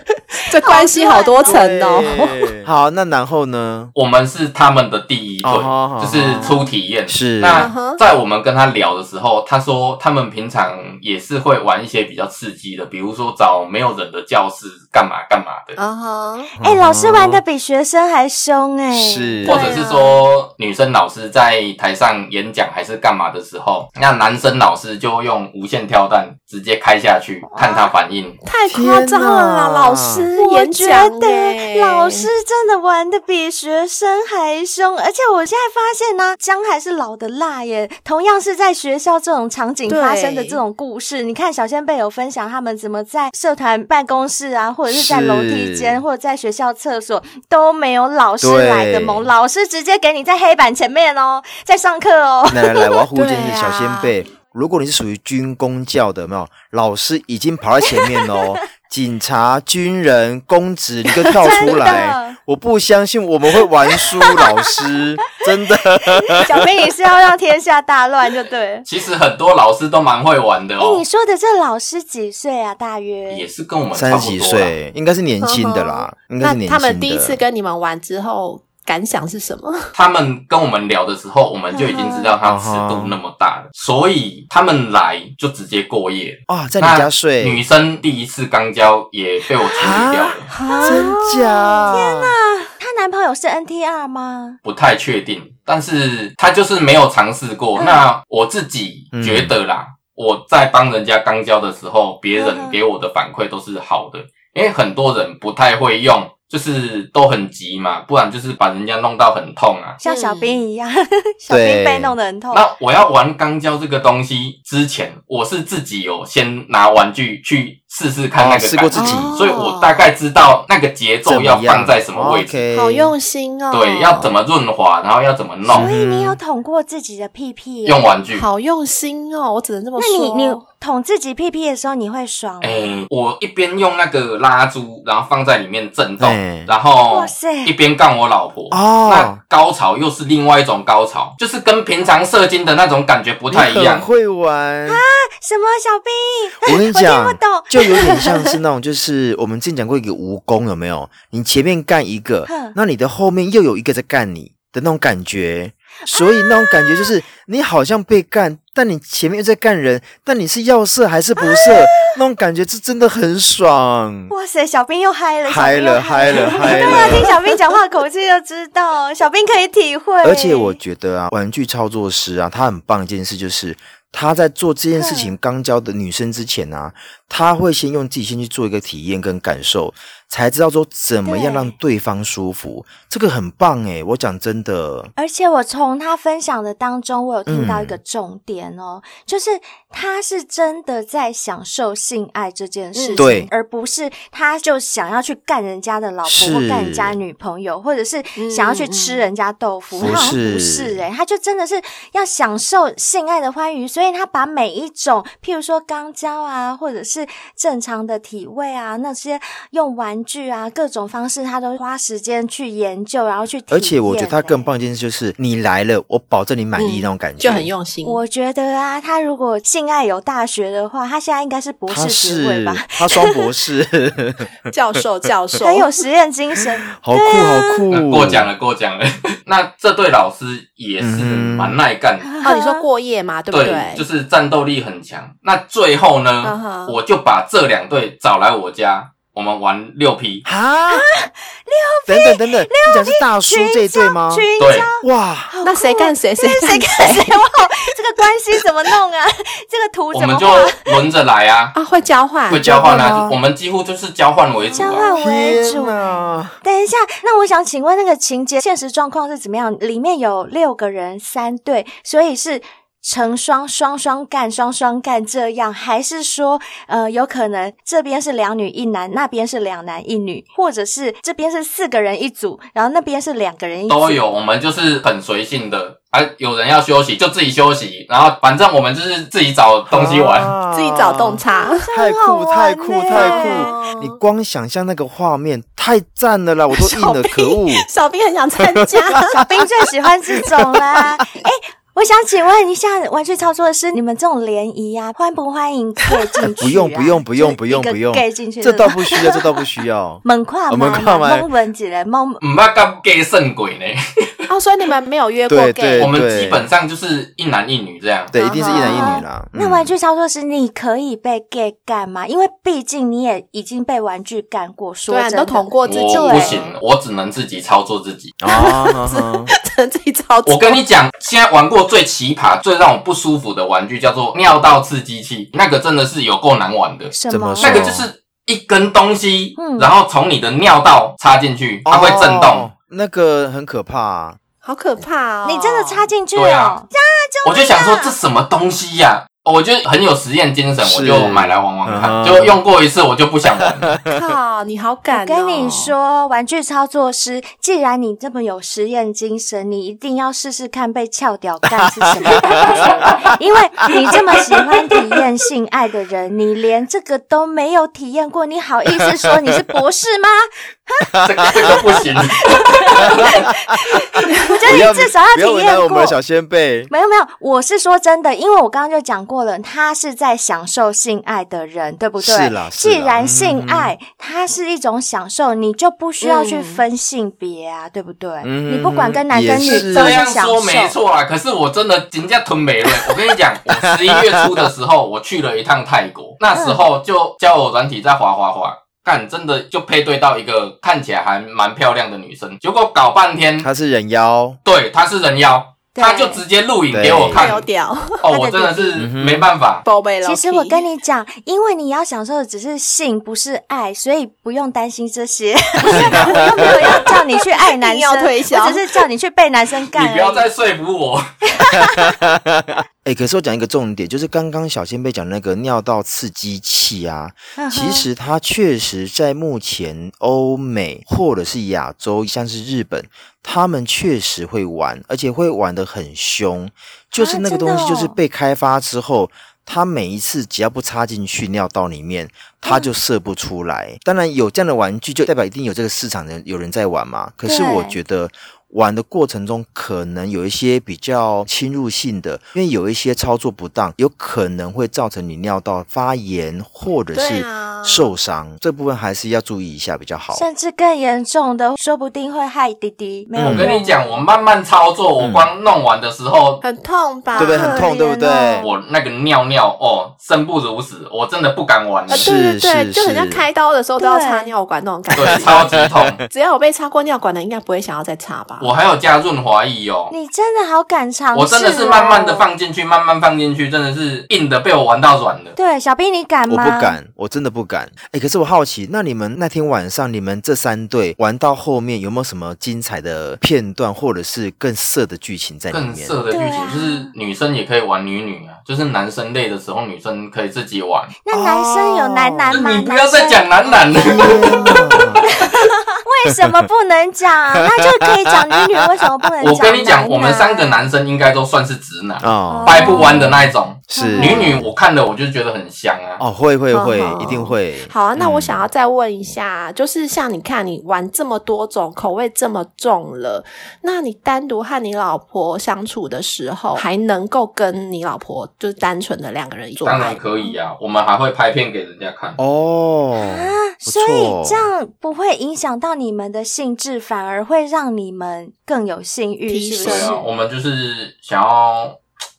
C: 这关系好多层哦。
D: 对好，那然 后呢？
E: 我们是他们的第一对
D: 哦好好
E: 就是初体验。
D: 是
C: 嗯
E: 那
C: 哼
E: 在我们跟他聊的时候，他说他们平常也是会玩一些比较刺激的，比如说找没有人的教室干嘛干嘛的，
C: 啊哈，
B: 哎、老师玩的比学生还凶哎、
D: 是
E: 或者是说女生老师在台上演讲还是干嘛的时候，那男生老师就用无线跳弹直接开下去，看他反应。
C: 太夸张了啦！
D: 天哪
C: 老师
B: 我
C: 演
B: 觉
C: 讲
B: 得
C: 欸
B: 老师真的玩的比学生还凶，而且我现在发现呢、姜还是老的辣耶。同样是在学校这种场景发生的
C: 对
B: 这种故事，你看小仙贝有分享他们怎么在社团办公室啊，或者是在
D: 是
B: 楼梯间，或者在学校厕所都没有老师
D: 对
B: 来的猛，老师直接给你在黑板前面哦，在上课 哦。
D: 来来来，我要呼一件
C: 对
D: 事，
C: 啊
D: 小先辈，如果你是属于军工教的，有没有老师已经跑在前面 喽。警察、军人、公职，你就跳出
B: 真
D: 来
B: 的！
D: 我不相信我们会玩输，老师，真的。
B: 小兵也是要让天下大乱就对了。
E: 其实很多老师都蛮会玩的
B: 哎、
E: 哦
B: 你，说的这老师几岁啊？大约
E: 也是跟我们差
D: 三
E: 不
D: 十
E: 多啦
D: 几，岁，应该是年轻的啦，应该是
C: 嗯那
D: 年轻的。
C: 他们第一次跟你们玩之后感想是什么？
E: 他们跟我们聊的时候，我们就已经知道
D: 嗯
E: 他尺度那么大了，所以他们来就直接过夜。
D: 啊，在你
E: 那
D: 家睡，
E: 女生第一次刚交也被我处理掉了，
D: 啊
C: 啊
D: 真假？天哪！
B: 她男朋友是 NTR 吗？
E: 不太确定，但是她就是没有尝试过。那我自己觉得啦，
D: 嗯
E: 我在帮人家刚交的时候，别
B: 嗯
E: 人给我的反馈都是好的，因为很多人不太会用，就是都很急嘛，不然就是把人家弄到很痛啊。
B: 像小兵一样， 小兵
D: 嗯对
B: 被弄得很痛。
E: 那我要玩钢胶这个东西之前，我是自己有先拿玩具去试试看那
D: 哦，
E: 个感觉、
D: 试过自己
C: 哦
E: 所以我大概知道那个节奏要放在什么位置，
D: o
C: 好用心哦，
E: 对，要怎么润滑，然后要怎么
B: 所
E: 弄，
B: 以啊你有捅过自己的屁屁耶？
E: 用玩具。
C: 好用心哦，我只能这么
B: 那
C: 说。
B: 你你捅自己屁屁的时候，你会爽吗？
E: 哎、我一边用那个拉珠，然后放在里面震动，
D: 哎
E: 然后
B: 哇塞
E: 一边干我老婆。
D: 哦
E: 那高潮又是另外一种高潮，就是跟平常射精的那种感觉不
D: 不
E: 太一样。
D: 会玩。
C: 啊
B: 什么小兵？
D: 我跟你
B: 我
D: 讲
B: 听不懂，
D: 就有点像是那种，就是我们之前讲过一个蜈蚣，有没有？你前面干一个
B: 哼，
D: 那你的后面又有一个在干你的那种感觉。
C: 啊
D: 所以那种感觉就是你好像被干，但你前面又在干人，但你是要射还是不射？
C: 啊
D: 那种感觉是真的很爽，
B: 哇塞，小兵又嗨了，
D: 嗨
B: 小兵又
D: 了 嗨了嗨
B: 对啊，听
D: 了。
B: 小兵讲话口气就知道，小兵可以体会。
D: 而且我觉得啊，玩具操作师啊，他很棒一件事就是。他在做这
B: 嗯
D: 件事情刚教的女生之前啊，他会先用自己先去做一个体验跟感受，才知道说怎么样
B: 对
D: 让对方舒服。这个很棒诶、我讲真的，
B: 而且我从他分享的当中，我有听到一个
D: 嗯
B: 重点哦，就是他是真的在享受性爱这件事情，
C: 嗯
D: 对
B: 而不是他就想要去干人家的老婆
D: 是
B: 或干人家女朋友，或者是想要去吃人家豆腐。
D: 嗯嗯
B: 他好像不是
D: 不是
B: 诶、他就真的是要享受性爱的欢愉，所以他把每一种，譬如说肛交啊，或者是正常的体位啊，那些用玩具啊各种方式，他都花时间去研究，然后去体验、欸
D: 而且我觉得他更。棒一件事就是你来了，我保证你满意
C: 嗯
D: 那种感觉，
C: 就很用心。
B: 我觉得啊，他如果性爱有大学的话，他现在应该是博
D: 他
B: 士学位
D: 是
B: 吧，
D: 他双 博士，
C: 教授，教授哦
B: 很有实验精神。
D: 好酷
B: 啊
D: 好酷，
E: 那呃过奖了，过奖了。 那这对老师也是
D: 嗯
E: 蛮耐干的，
C: 哦，你说过夜嘛，对不
E: 就是战斗力很强。那最后呢
C: 嗯哼
E: 我就把这两队找来我家，我们玩六 P。
D: 啊！六等等等等，你讲是大叔
B: 群
D: 这一对吗？
B: 群
E: 对，
D: 哇，
C: 那谁干谁，谁
B: 谁
C: 干
B: 看谁哇，这个关系怎么弄啊？ 这个图
E: 我
B: 怎么
E: 们就
B: 画？
E: 轮着来啊，
C: 啊？会交换，哦
E: 会交换
D: 交换
E: 啊
D: 啊，
E: 我们几乎就是交换为主
B: 交
E: 啊。
B: 换为
D: 天
B: 主。
D: 哪！
B: 等一下，那我想请问那个情节现实状况是怎么样？里面有六个人，三对，所以是成双双双干，双双干这样，还是说呃有可能这边是两女一男，那边是两男一女，或者 是这边是四个人一组，然后那边是两个人一组？
E: 都有，我们就是很随性的，啊，有人要休息就自己休息，然后反正我们就是自己找东西玩。
D: 啊
C: 自己找洞察。
D: 太
B: 好
D: 酷
B: 玩
D: 太酷
B: 呢
D: 太酷！你光想象那个画面太赞了 啦，我都硬
C: 小
D: 了，
C: 兵
D: 可恶！
C: 小兵很想参加，
B: 小兵最喜欢这种啦。哎、我想请问一下，玩具操作师，你们这种联谊啊，欢不欢迎 gay 进去、啊？
D: 不用哎不用不用
B: 就
D: 不
B: 是
D: 用
B: 一个
D: 不用
B: gay 进，去，。
D: 这倒不需要，这倒不需要
B: 猛跨
D: 哦猛
B: 门，
D: 跨门
B: 蒙文几人蒙
E: 唔捌甲 gay 圣鬼呢，
C: 哦，所以你们没有约过
D: 对
C: gay，
D: 对
E: 我们基本上就是一男一女这样。
D: 对，一定是一男一女啦。
B: 那
D: 嗯
B: 玩具操作师，你可以被 gay 干吗？因为毕竟你也已经被玩具干过，说
C: 对啊，
B: 真
C: 你
B: 的，
C: 都捅过自己，
E: 我
B: 对
E: 不行，我只能自己操作自 己。
D: 啊，哈 哈
C: 只能自己操作。
E: 我跟你讲，现在玩过最奇葩、最让我不舒服的玩具叫做尿道刺激器，那个真的是有够难玩的。
B: 什
D: 怎么说
E: 那个就是一根东西，
B: 嗯
E: 然后从你的尿道插进去，它会震动
D: 哦。，那个很可怕啊。
C: 好可怕哦！
B: 你真的插 进去
E: 对啊
B: 哦？
E: 我就想说这什么东西呀、我就很有实验精神，
D: 是
E: 我就买来玩玩看，
D: 嗯
E: 就用过一次我就不想玩了。
C: 靠，你好敢、哦！
B: 我跟你，
C: 啊
B: 说，玩具操作师，既然你这么有实验精神，你一定要试试看被翘屌干是什么 感觉，因为你这么喜欢体验性爱的人，你连这个都没有体验过，你好意思说你是博士 吗？
E: 这个这个不行，
B: 我觉
D: 不
B: 得你哎
D: 要
B: 至少体
D: 不要为
B: 验
D: 难
B: 过。
D: 我们的小先辈。
B: 没有没有，我是说真的，因为我刚刚就讲过了，他是在享受性爱的人，对不对？
D: 是啦是
B: 既
D: 啦嗯
B: 然性爱、它是一种享受，你就不需要去分性别啊，对不对？
D: 嗯
B: 你不管跟男跟女
D: 也是
B: 都
E: 这
B: 是
E: 样
B: 享受。
E: 说没错啊。可是我真的人家吞没了。我跟你讲，我十一月初的时候，我去了一趟泰国，那时候就交友软体在滑滑滑。干，真的就配对到一个看起来还蛮漂亮的女生，结果搞半天，
D: 他是人妖，
E: 对，她是人妖，
B: 对
E: 她就直接录影给我
D: 对
E: 看
C: 太，有屌，
E: 哦，我真的是
D: 嗯哼
E: 没办法，
C: 宝贝了。
B: 其实我跟你讲，因为你要享受的只是性，不是爱，所以不用担心这 些。不是，我又没有要叫你去爱男
C: 硬
B: 生，
C: 要推销
B: 我只是叫你去被男生干
E: 你
B: 而已。
E: 不要再说服我。
D: 哎，可是我讲一个重点，就是刚刚小仙贝讲那个尿道刺激器啊，
B: 嗯哼
D: 其实它确实在目前欧美或者是亚洲，像是日本，他们确实会玩，而且会玩得很凶。就是那个东西，
B: 真的哦
D: 就是被开发之后，它每一次只要不插进去尿道里面，它
B: 嗯
D: 就射不出来。当然有这样的玩具，就代表一定有这个市场的有人在玩嘛。可是
B: 对
D: 我觉得。玩的过程中，可能有一些比较侵入性的，因为有一些操作不当，有可能会造成你尿道发炎或者
C: 对
D: 是
C: 啊
D: 受伤，这部分还是要注意一下比较好。
B: 甚至更严重的，说不定会害弟弟。没有
D: 嗯
E: 我
B: 用，
E: 跟你讲，我慢慢操作，我光弄完的时候，
C: 很痛吧？
D: 对不对？很痛，对不对？
E: 我那个尿尿哦，生不如死，我真的不敢玩了
C: 啊，，对对
D: 是
C: 对，
D: 是
C: 就很像
D: 是
C: 开刀的时候都要插
B: 对
C: 尿管那种感
E: 对，
C: 觉。
E: 超级痛。
C: 只要我被插过尿管的，应该不会想要再插吧？
E: 我还有加润滑液哦，
B: 你真的好敢尝试、哦
E: 我真的是慢慢的。放进去，慢慢放进去，真的是硬的被我玩到软的。
B: 对，小兵你敢
D: 我
B: 吗？
D: 不。敢，我真的不敢。哎，可是我好奇，那你们那天晚上，你们这三队玩到后面，有没有什么精彩的片段，或者是更色的剧情在里
E: 更
D: 面？
E: 色的剧
B: 对
E: 情
B: 啊
E: 就是女生也可以玩女女啊，就是男生累的时候女生可以自己玩。
B: 那男生有男男吗？
E: 哦你不要再讲
B: 男
E: 男男了，
B: 生为什么不能讲？那就可以讲女女，为什么不能讲？啊
E: 我跟你讲，我们三个。男生应该都算是直男，
D: 啊，
E: 掰不弯的那一种。
D: 是
E: 女女我看了我就觉得很香啊。
D: 哦，会会会
C: 哦，
D: 一定会。
C: 好啊，那我
D: 嗯
C: 想要再问一下，啊就是像你看，你玩这么多种，口味这么重了，那你单独和你老婆相处的时候，还能够跟你老婆就是单纯的两个人做
E: 当
C: 爱
E: 然？可以啊，我们还会拍片给人家看。
D: 哦，
C: 啊
D: 不
B: 啊所以
D: 错
B: 这样不会影响到你们的兴致，反而会让你们更有性欲，
C: 提
B: 是不
C: 升
E: 对
B: 是
E: 啊，？我们就是想要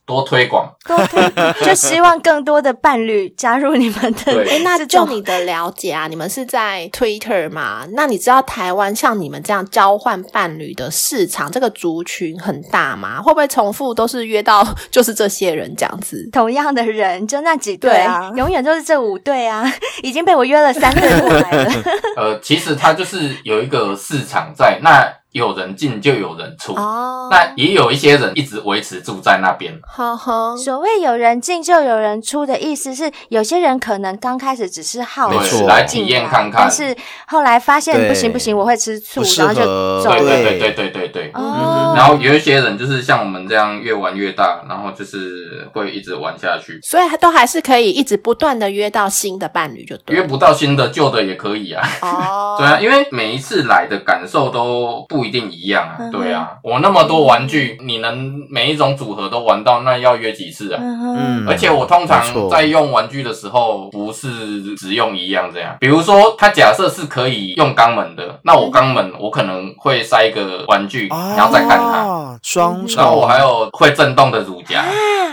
E: 多推广。
B: 多推就希望更多的伴侣加入你们的。
E: 对
C: 哎，那
B: 这
C: 就
B: 种
C: 你的了解啊，你们是在 Twitter 嘛？那你知道台湾像你们这样交换伴侣的市场，这个族群很大吗？会不会重复都是约到 就是这些人这样子？
B: 同样的人，就那几对
C: 对啊
B: 永远就是这五对啊， 已
D: 嗯
B: 经被我约了三对过来了。
E: 呃，其实它就是有一个市场在，那有人进就有人出。
C: 哦，
E: 那也有一些人一直维持住在那边，
C: 呵呵，
B: 所谓有人进就有人出的意思是，有些人可能刚开始只是好
D: 没
B: 奇
D: 错
E: 来
B: 进
E: 体验
B: 来
E: 看看
B: 但是后来发现
D: 对
B: 不行不行，我会吃醋
D: 不，适
B: 然后就
D: 合
B: 走
E: 对
B: 了。
E: 对对
D: 对嗯
E: 对对对对。
B: 哦，
E: 然后有一些人就是像我们这样越玩越大，然后就是会一直玩下去，
C: 所以都还是可以一直不断的约到新的伴侣就对
E: 约
C: 了。
E: 不到新的旧的也可以啊。
C: 哦，
E: 对啊，因为每一次来的感受都不一定一样啊
B: 嗯。哼
E: 对啊，我那么多玩具，你能每一种组合都玩到，那要约几次啊？
B: 嗯哼，
D: 嗯，
E: 而且我通常
D: 没错
E: 在用玩具的时候，不是只用一样这样。比如说，它假设是可以用肛门的，那我肛门我可能会塞一个玩具，
B: 哦
D: 啊，
E: 然后再看它。
D: 双重，
E: 然后我还有会震动的乳夹，
B: 哎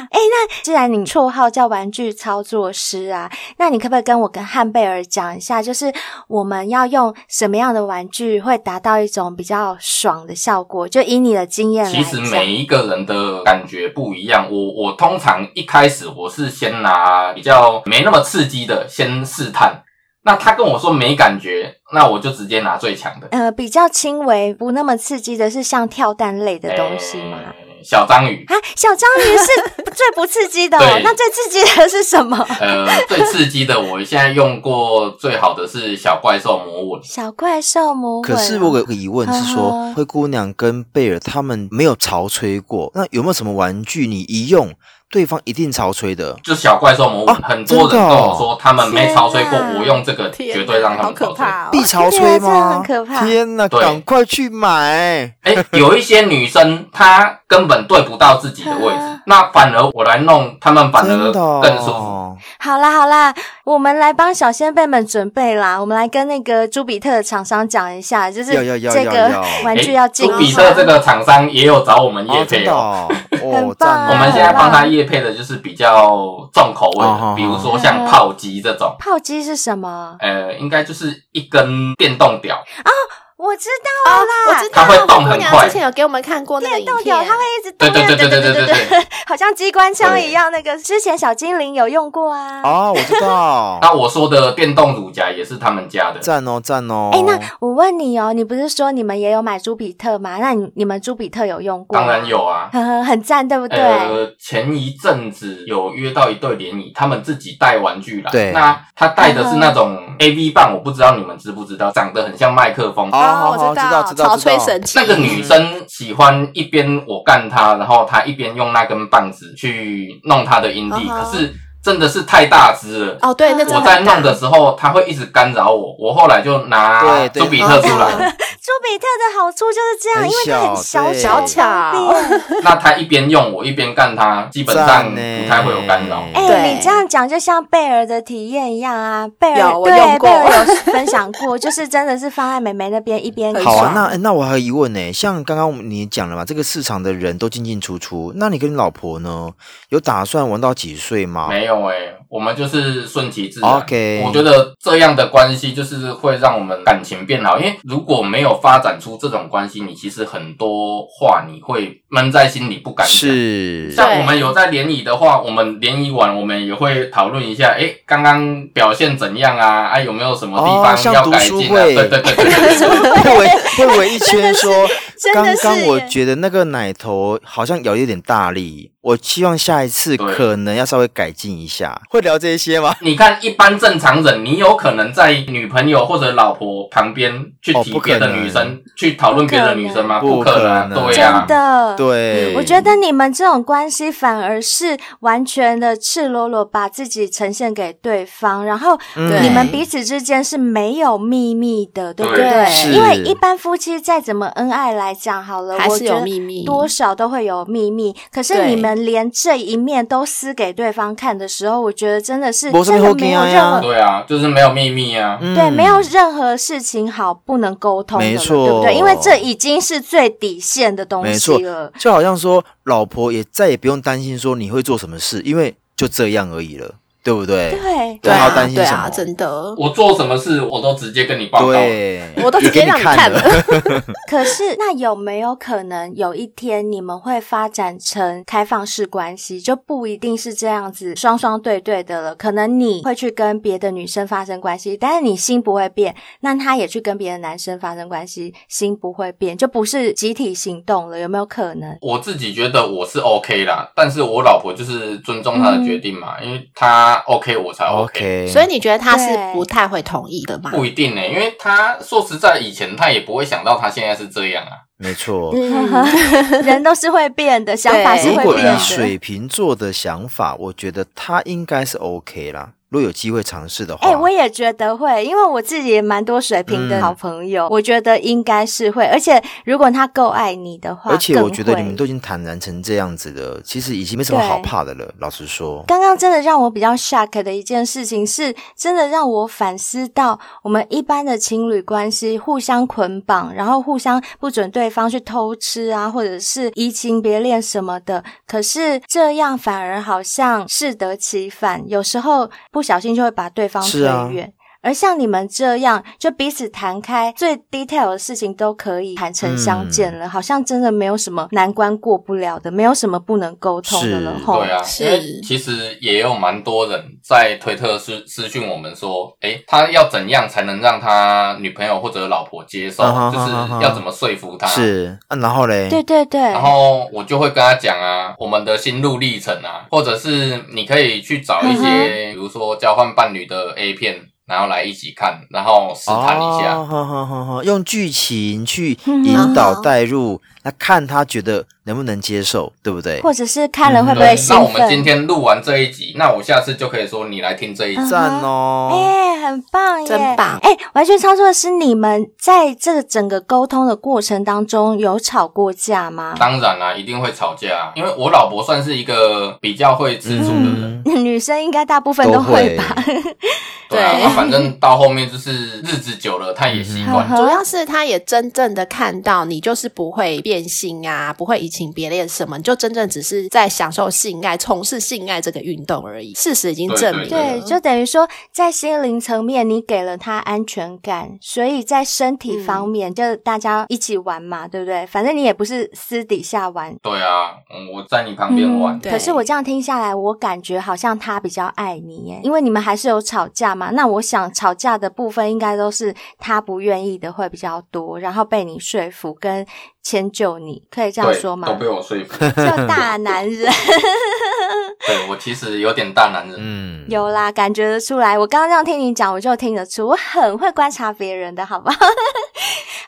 B: 既然你绰号叫玩具操作师啊，那你可不可以跟我跟汉贝尔讲一下，就是我们要用什么样的玩具会达到一种比较爽的效果？就以你的经验来
E: 其
B: 讲，
E: 实每一个人的感觉不一样。我我通常一开始我是先拿比较没那么刺激的先试探，那他跟我说没感觉，那我就直接拿最强的
B: 呃比较轻微、不那么刺激的是像跳蛋类的东西吗？
E: 诶哎小章鱼，
B: 啊，小章鱼 是最不刺激的、哦
E: 对，
B: 那最刺激的是什么？
E: 呃，最刺激的我现在用过最好的是小怪兽魔吻，
B: 小怪兽魔啊鬼。
D: 可是我有个疑问
B: 呵
D: 是说，
B: 呵
D: 灰姑娘跟贝尔他们没有潮吹过，那有没有什么玩具你一用，对方一定潮吹的？
E: 就小怪兽魔吻，
D: 啊
E: 很多人
D: 真
E: 跟
D: 的哦
E: 我说他们没潮吹过，
B: 天哪
E: 我用这个绝对让他们潮吹。
C: 哦
D: 必潮吹
B: 对啊
D: 吗？
B: 这很可怕
D: 天哪，
E: 对
D: 赶快去买！
E: 哎、有一些女生她根本对不到自己的位置，
B: 啊
E: 那反而我来弄，她们反而
D: 真的哦
E: 更舒服。
B: 好啦好啦，我们来帮小先辈们准备啦，我们来跟那个朱比特的厂商讲一下，就是
D: 要要要
B: 这
D: 要
B: 个
D: 要
B: 玩具
E: 诶
B: 要进
E: 哎朱比
B: 化
E: 特这个厂商也有找我们
D: 哦
E: 叶，
D: 真
E: 配
D: 的
E: 哦。
D: 哦，
B: 很
D: 哦，
B: 棒
D: 赞哦！
E: 我们现在帮他叶配的就是比较重口味
D: 哦哦哦
E: 的，比如说像炮击这种，
B: 炮击是什么？
E: 呃，应该就是一根电动屌，
B: 我知道了啦，
C: 我知道，
E: 它会动
C: 灰
E: 很
C: 姑娘
E: 快
C: 之前有给我们看过那个影
B: 动
C: 片
B: 掉，，它会一直
E: 对
B: 动，
E: 对对对对对对，
B: 好像机关枪一样。那个之前小精灵有用过啊。
D: 哦，我知道，
E: 那我说的电动乳夹也是他们家的，
D: 赞哦赞哦！
B: 哎，那我问你哦，你不是说你们也有买朱比特吗？那你你们朱比特有用过？
E: 当然，有啊。
B: 呵呵，很赞，对不对？
E: 呃，前一阵子有约到一对联谊，他们自己带玩具来。
D: 对
E: 那他带的是
C: 嗯
E: 那种 A V 棒，我不知道你们知不知道，长得很像麦克风。
D: 哦好
C: 我
D: 好知道知道
C: 潮
D: 知道
C: 吹神器
E: 那个女生喜欢一边我干她，然后她一边用那根棒子去弄她的阴蒂，
C: 嗯哼
E: 可是真的是太大只了。
C: 哦，对，那真
E: 我
C: 的
E: 在
C: 很大
E: 弄的时候，她会一直干扰我。我后来就拿
D: 对对
C: 哦
E: 朱比特出 来，
B: 朱比特的好处就是这样，
D: 很
B: 因为它很小
D: 小对
B: 巧
C: 小巧
B: 方便。
E: 那她一边用我一边干她，基本上
D: 赞呢
E: 不太会有干扰。
B: 哎、
C: 对
B: 你这样讲就像贝尔的体验一样啊。贝
C: 有
B: 尔
C: 我用
B: 对贝
C: 过
B: 尔有分享过，就是真的是放在美眉那边一边
C: 很
D: 好啊
C: 爽，
D: 那诶那我还有疑问呢。像刚刚你讲了嘛，这个市场的人都进进出出，那你跟你老婆呢，有打算玩到几岁吗？
E: 没有哎、我们就是顺其自然。
D: OK
E: 我觉得这样的关系就是会让我们感情变好，因为如果没有发展出这种关系，你其实很多话你会闷在心里不敢讲。
D: 是
E: 像我们有在联谊的话，我们联谊完，我们也会讨论一下，哎，刚刚表现怎样啊？哎、有没有什么地
D: 哦
E: 方
D: 像
E: 要
D: 读
E: 改
D: 书
E: 进啊？
D: 会
E: 对对对对对对。
D: 会围会围一圈说，
B: 真的
D: 刚
B: 是
D: 刚我
B: 耶
D: 觉得那个奶头好像咬得有点大力，我希望下一次
E: 对
D: 可能要稍微改进一下。会聊这些吗？
E: 你看，一般正常人，你有可能在女朋友或者老婆旁边去
D: 哦
E: 提
D: 不可
E: 别的
D: 能
E: 女生，去讨论别的女生吗？
D: 不可
E: 可能，
D: 能啊
E: 对啊呀、
B: 真的。
D: 对，
B: 嗯我觉得你们这种关系反而是完全的赤裸裸把自己呈现给对方，然后
D: 嗯
B: 你们彼此之间是没有秘密的，对不
E: 对
C: 是
B: 因为一般夫妻再怎么恩爱来讲好了，
C: 还
B: 我
C: 是
B: 觉
C: 有
B: 得
C: 秘密，
B: 多少都会有秘密。可是你
C: 对
B: 们连这一面都撕给对方看的时候，我觉得真的是
D: 没什
B: 真
D: 么
B: 的
D: 好
B: 没有
D: 怕的
B: 任
D: 呀
B: 何
E: 对啊，就是没有秘密啊。
D: 嗯
B: 对，没有任何事情好不能沟通的了，
D: 没错
B: 对不对？因为这已经是最底线的东
D: 没错
B: 西了，。
D: 就好像说，老婆也再也不用担心说你会做什么事，因为就这样而已了。对不对？
B: 对，
D: 对
C: 对
D: 啊
C: 啊，
D: 要担心
C: 对
D: 什
C: 啊，
D: 么
C: 真的，
E: 我做什么事我都直接跟你报告。
D: 对，
C: 我都直
D: 也
C: 接
D: 给你
C: 让你
D: 看
C: 看了
D: 了。
B: 可是那有没有可能有一天你们会发展成开放式关系，就不一定是这样子双双对对的了？可能你会去跟别的女生发生关系，但是你心不会变，那他也去跟别的男生发生关系，心不会变，就不是集体行动了，有没有可能？
E: 我自己觉得我是 OK 啦，但是我老婆就是尊重
D: 嗯
E: 她的决定嘛，因为她 OK 我才 OK，,
D: OK，
C: 所以你觉得他是
B: 对
C: 不太会同意的吗？
E: 不一定呢、因为她说实在，以前她也不会想到她现在是这样啊。
D: 没错。
C: 嗯
B: 人都是会变的，想法是
D: 如
B: 会
D: 果
B: 变
D: 以
B: 的。
D: 水瓶座的想法，我觉得他应该是 OK 啦。如果有机会尝试的话，
B: 哎、我也觉得会，因为我自己也蛮多水平的
D: 嗯
B: 好朋友，我觉得应该是会。而且如果他够爱你的话，
D: 而且我
B: 更
D: 觉得
B: 会
D: 你们都已经坦然成这样子了，其实已经没什么
B: 对
D: 好怕的了。老实说，
B: 刚刚真的让我比较 shock 的一件事情是，真的让我反思到我们一般的情侣关系互相捆绑，然后互相不准对方去偷吃啊，或者是移情别恋什么的。可是这样反而好像适得其反，有时候不小心就会把对方推
D: 是啊
B: 远。而像你们这样，就彼此谈开最 detail 的事情都可以坦诚相见
D: 嗯
B: 了，好像真的没有什么难关过不了的，没有什么不能沟通的了
D: 哦是
B: 吼。
E: 对啊，
C: 是
E: 因为其实也有蛮多人在推特私私讯我们说，诶，他要怎样才能让他女朋友或者老婆接受，
D: 啊哈
E: 就是
D: 啊哈
E: 要怎么说服他。。
D: 是啊，然后嘞，
B: 对对对，
E: 然后我就会跟他讲啊，我们的心路历程啊，或者是你可以去找一
B: 嗯
E: 些，比如说交换伴侣的 A 片，然后来一起看，然后试探一下。
D: 哦，好好好好，用剧情去
B: 嗯
D: 引导
C: 好
D: 带入，那看他觉得能不能接受，对不对？
B: 或者是看了会不
E: 对
B: 会，兴
E: 嗯那我们今
B: 奋？
E: 天录完这一集，那我下次就可以说你来听这一集。
B: 嗯
D: 赞哦，
B: 哎、很棒耶！
C: 真棒
B: 哎、完全操作的是你们在这个整个沟通的过程当中有吵过架吗？
E: 当然啦、一定会吵架啊，因为我老婆算是一个比较会吃
B: 哎
E: 醋的人，
D: 嗯，
B: 女生应该大部分
D: 都
B: 都会
D: 会
B: 吧？
E: 对啊，
C: 对
E: 那反正到后面就是日子久了，她也习惯
B: 嗯
E: 了。
C: 主要是他也真正的看到你就是不会变心啊，不会移情别恋什么，你就真正只是在享受性爱、从事性爱这个运动而已。事实已经证明了，
E: 啊
B: 对，就等于说在心灵层面，你给了他安全感，所以在身
C: 嗯
B: 体方面，就大家一起玩嘛，对不对？反正你也不是私底下玩。
E: 对啊，嗯，我在你旁边
D: 嗯
E: 玩，
C: 对
B: 可是我这样听下来，我感觉好像他比较爱你耶，因为你们还是有吵架嘛。那我想吵架的部分应该都是他不愿意的会比较多，然后被你说服跟迁就你，可以这样
E: 对，
B: 说吗
E: 都？被我说 服。
B: 就大男人。
E: 对我其实有点大男人，
D: 嗯，
B: 有啦，感觉得出来。我刚刚这样听你讲，我就听得出，我很会观察别人的，好不好？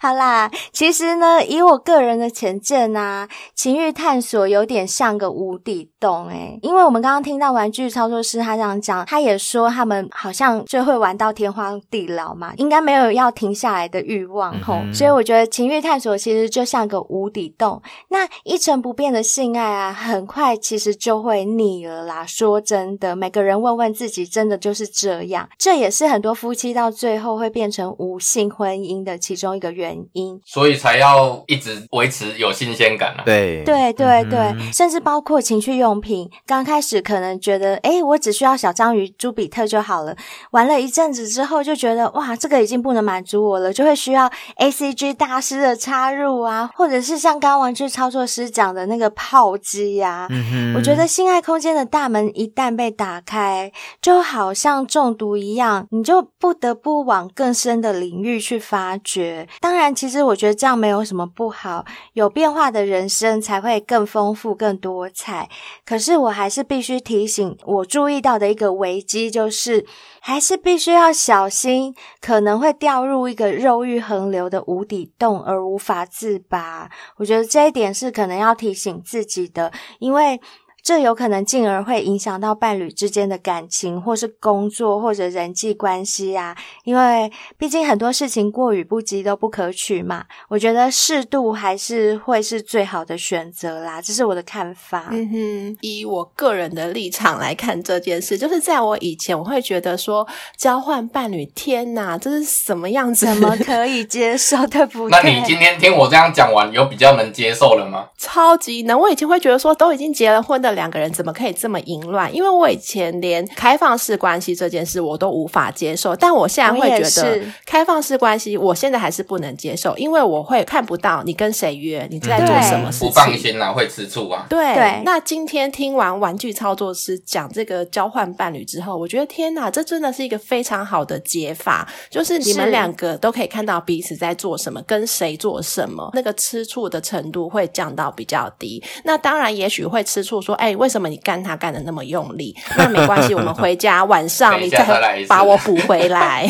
B: 好啦，其实呢，以我个人的浅见啊呐、情欲探索有点像个无底洞诶、因为我们刚刚听到玩具操作师他这样讲，他也说他们好像就会玩到天荒地老嘛，应该没有要停下来的欲望吼。
D: 嗯哼
B: 所以我觉得情欲探索其实就像个无底洞，那一成不变的性爱啊，很快其实就会腻了啦。说真的，每个人问问自己，真的就是这样。这也是很多夫妻到最后会变成无性婚姻的其中一个原因。
E: 所以才要一直维持有新鲜感啊。
D: 对
B: 对对对，
D: 嗯
B: 甚至包括情趣用品，刚开始可能觉得，诶，我只需要小章鱼、朱比特就好了。玩了一阵子之后，就觉得哇，这个已经不能满足我了，就会需要 A C G 大师的插入啊，或者是像刚刚玩具操作师讲的那个炮击啊呀、
D: 嗯哼，
B: 我觉得性爱空间的大门一旦被打开，就好像中毒一样，你就不得不往更深的领域去发掘。当然，其实我觉得这样没有什么不好，有变化的人生才会更丰富、更多彩。可是我还是必须提醒，我注意到的一个危机就是，还是必须要小心，可能会掉入一个肉欲横流的无底洞而无法自拔。我觉得这一点是可能要提醒自己的，因为。这有可能进而会影响到伴侣之间的感情，或是工作，或者人际关系啊。因为毕竟很多事情过与不及都不可取嘛。我觉得适度还是会是最好的选择啦，这是我的看法。
C: 嗯哼，以我个人的立场来看这件事，就是在我以前，我会觉得说交换伴侣，天哪，这是什么样子？
B: 怎么 可以接受？对不对？
E: 那你今天听我这样讲完，有比较能接受了吗？
C: 超级难！我以前会觉得说，都已经结了婚的这两个人怎么可以这么淫乱？因为我以前连开放式关系这件事我都无法接受，但我现在
B: 我
C: 会
B: 也
C: 觉得
B: 是
C: 开放式关系，我现在还是不能接受，因为我会看不到你跟谁约，你在做
B: 对
C: 什
D: 嗯
C: 么事
E: 嗯不
C: 情。
E: 放心啦，会吃醋啊。
C: 对，
B: 对
C: 那今天听完玩具操作师讲这个交换伴侣之后，我觉得天哪，这真的是一个非常好的解法，就是你们
B: 是
C: 两个都可以看到彼此在做什么，跟谁做什么，那个吃醋的程度会降到比较低。那当然，也许会吃醋说，哎，为什么你干他干的那么用力？那没关系，我们回家晚上
E: 等
C: 你
E: 一下再来一次
C: 把我补回来。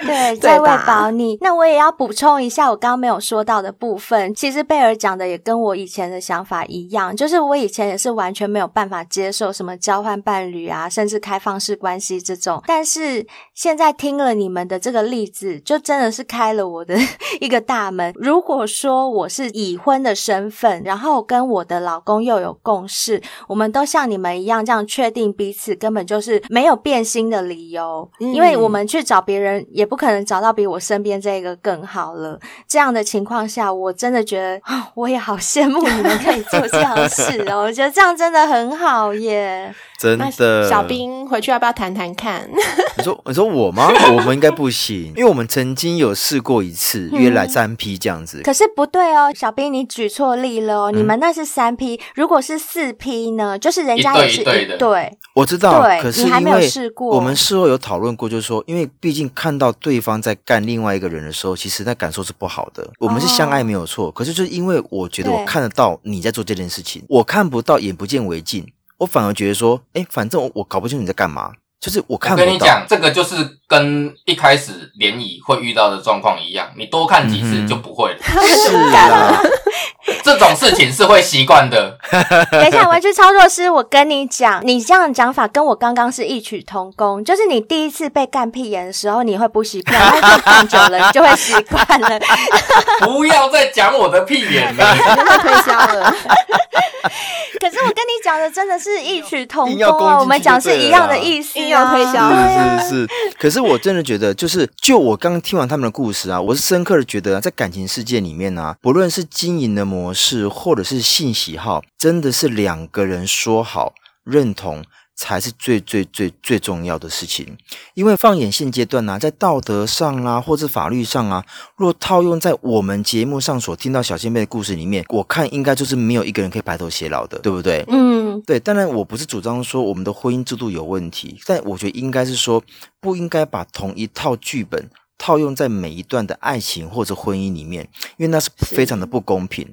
B: 对，
C: 对
B: 在喂
C: 吧
B: 饱你。那我也要补充一下，我刚刚没有说到的部分。其实贝尔讲的也跟我以前的想法一样，就是我以前也是完全没有办法接受什么交换伴侣啊，甚至开放式关系这种。但是现在听了你们的这个例子，就真的是开了我的一个大门。如果说我是已婚的身份，然后跟我的老公又有共识，我们都像你们一样这样确定彼此根本就是没有变心的理由，
C: 嗯
B: 因为我们去找别人也不可能找到比我身边这个更好了。这样的情况下，我真的觉得啊我也好羡慕你们可以做这样的事哦， 我觉得这样真的很好耶。
D: 真
C: 那
E: 呃
D: 的。
C: 小，兵回去要不要谈谈看？
D: 你说你说我吗？我们应该不行，因为我们曾经有试过一次约
B: 嗯
D: 来三批这样子，
B: 可是不对哦，小兵你举错例了
E: 嗯
B: 哦，你们那是三 P，如果是四 P 呢，就是人家
E: 一对
B: 也是
E: 一对的
B: 对
D: 我知道
B: 对，
D: 可是
B: 你还
D: 因
B: 没有
D: 为
B: 试过
D: 我们事后有讨论过，就是说，因为毕竟看到对方在干另外一个人的时候，其实那感受是不好的。我们是相爱没有错，可是就是因为我觉得
B: 哦对
D: 我看得到你在做这件事情，我看不到，眼不见为净，我反而觉得说，哎，反正我我搞不清楚你在干嘛，就是我
E: 我
D: 看不
E: 跟你
D: 到
E: 讲，。这个就是跟一开始联谊会遇到的状况一样，你多看几次
D: 嗯哼
E: 就不会了。
D: 是啊，
E: 这种事情是会习惯的。
B: 等一下，玩具操作师，我跟你讲，你这样讲法跟我刚刚是异曲同工，就是你第一次被干屁眼的时候，你会不 习惯，但是干久了你就会习惯了。
E: 不要再讲我的屁眼了。
C: 推销了。
B: 可是我跟你讲的真的是异曲同
D: 硬
B: 工
D: 要攻击
B: 哦，我们讲是一样的意思、啊，
C: 硬要推销
B: 对啊
D: 是是是，可是我真的觉得，就是就我刚听完他们的故事啊，我是深刻的觉得，在感情世界里面啊，不论是经营的模式，或者是性喜好，真的是两个人说好认同。才是最最最最重要的事情，因为放眼现阶段呢、啊，在道德上啦、或者法律上啊，若套用在我们节目上所听到小仙妹的故事里面，我看应该就是没有一个人可以白头偕老的，对不对？
B: 嗯，
D: 对，当然我不是主张说我们的婚姻制度有问题，但我觉得应该是说不应该把同一套剧本套用在每一段的爱情或者婚姻里面，因为那是非常的不公平。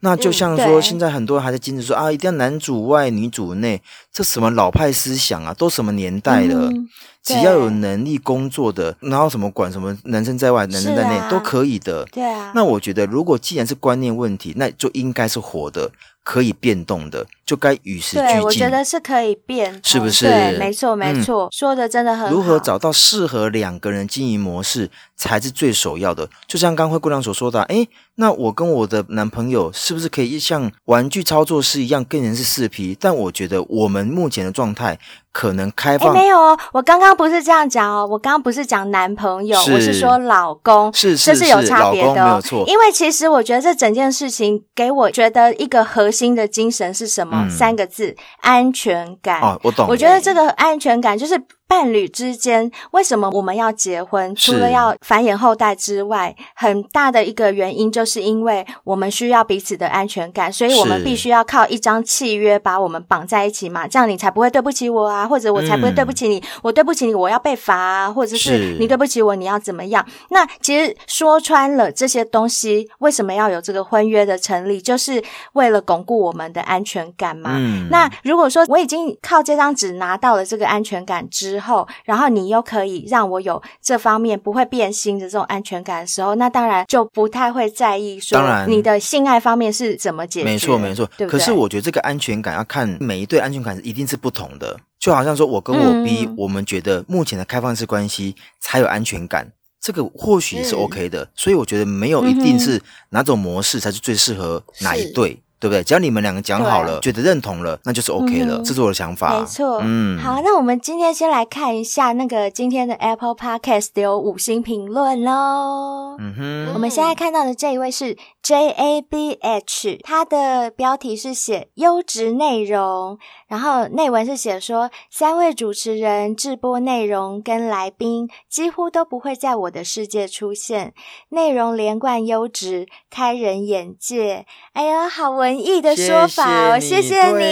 D: 那就像
B: 嗯对
D: 说现在很多人还在坚持说啊，一定要男主外女主内，这什么老派思想啊，都什么年代了。
B: 嗯
D: 只要有
B: 对
D: 能力工作的，然后什么管什么男生在外，男生在内、
B: 是啊
D: 都可以的。
B: 对啊，
D: 那我觉得，如果既然是观念问题，那就应该是活的，可以变动的，就该与时俱
B: 对，
D: 进。
B: 我觉得是可以变的，
D: 是不是
B: 对，没错，没
D: 嗯
B: 错，说的真的很好。
D: 如何找到适合两个人经营模式才是最首要的。就像刚刚灰姑娘所说的啊，诶，那我跟我的男朋友是不是可以像玩具操作师一样，跟人是四 P？但我觉得我们目前的状态可能开
B: 哎，
D: 放
B: 没有哦，我刚刚不是这样讲哦，我刚刚不是讲男朋友，
D: 是
B: 我是说老公，
D: 是
B: 这
D: 是
B: 是有
D: 是
B: 差
D: 老
B: 别
D: 公
B: 的、
D: 没
B: 哦
D: 有。错
B: 因为其实我觉得这整件事情给我觉得一个核心的精神是什么？
D: 嗯
B: 三个字：安全感。
D: 啊，我懂。
B: 我觉得这个安全感就是伴侣之间，为什么我们要结婚？除
D: 是
B: 了要繁衍后代之外，很大的一个原因就是因为我们需要彼此的安全感，所以我们
D: 是
B: 必须要靠一张契约把我们绑在一起嘛，这样你才不会对不起我啊，或者我才不会
D: 嗯
B: 对不起你，我对不起你，我要被罚啊，或者是
D: 是
B: 你对不起我，你要怎么样？那其实说穿了，这些东西为什么要有这个婚约的成立，就是为了巩固我们的安全感嘛。
D: 嗯
B: 那如果说我已经靠这张纸拿到了这个安全感之后，然后你又可以让我有这方面不会变心的这种安全感的时候，那当然就不太会在意说
D: 当然
B: 你的性爱方面是怎么解决。
D: 没错，没错。
B: 对不
D: 可
B: 对？
D: 是我觉得这个安全感要看每一对安全感一定是不同的，就好像说我跟我 B，、
B: 嗯
D: 我们觉得目前的开放式关系才有安全感，这个或许也是
C: 嗯
B: 嗯
D: OK 的。所以我觉得没有一定是哪种模式才是最适合哪一对。对不对？只要你们两个讲好了，觉得认同了，那就是 OK 了，
B: 嗯哼
D: 这是我的想法。
B: 没错，
D: 嗯
B: 好，那我们今天先来看一下那个今天的 Apple Podcast 有五星评论喽。
D: 嗯哼，
B: 我们现在看到的这一位是 J A B H，他的标题是写优质内容，然后内文是写说三位主持人、直播内容跟来宾几乎都不会在我的世界出现，内容连贯优质，开人眼界。哎呀，好文艺的说法哦，谢谢
D: 对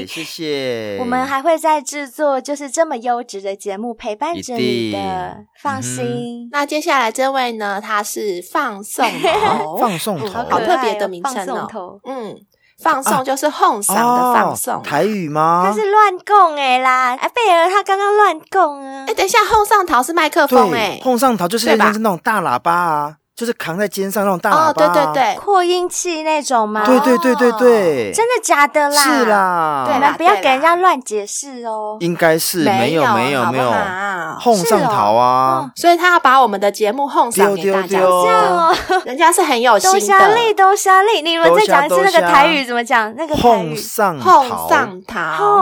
B: 你。
D: 谢谢。
B: 我们还会再制作就是这么优质的节目陪伴着你
D: 一
B: 的
D: 定，
B: 放
D: 嗯哼
B: 心。
C: 那接下来这位呢，他是放送头，
D: 哦放送头，
C: 嗯
B: 好
C: 好
B: 可
C: 特别
B: 爱
C: 的
B: 哦
C: 名
B: 放
C: 称
B: 送
C: 哦
B: 头
C: 嗯，放送就是哄嗓的放送。
D: 啊哦台语吗？
B: 他是乱供哎啦，哎贝尔他刚刚乱供啊
C: 哎，，等一下，哄上头是麦克风哎
D: 对，，碰上头就是
C: 对吧
D: 像是那种大喇叭啊，就是扛在肩上那种大
C: 哦
D: 喇，叭、
C: 对
D: 啊。
C: 对对，
B: 扩音器那种吗？
D: 对对对对对
B: 哦真的假的啦？
D: 是，啦，
C: 对
B: 你
C: 啦
B: 们不要给人家乱解释哦。
D: 应该是没
C: 有
D: 没有
C: 好
D: 没
C: 不
D: 有，
C: 好
D: 碰上头啊，
B: 哦
C: 所以他要把我们的节目哄上给大家知
D: 丢丢
B: 这样
C: 道，
B: 哦，
C: 人家是很有心
B: 都虾力
C: 的。
B: 都虾力，哦你们再讲一次那个台语怎么讲？那个台
D: 碰
B: 语
D: 上头，
C: 哄上
D: 嗯
C: 头，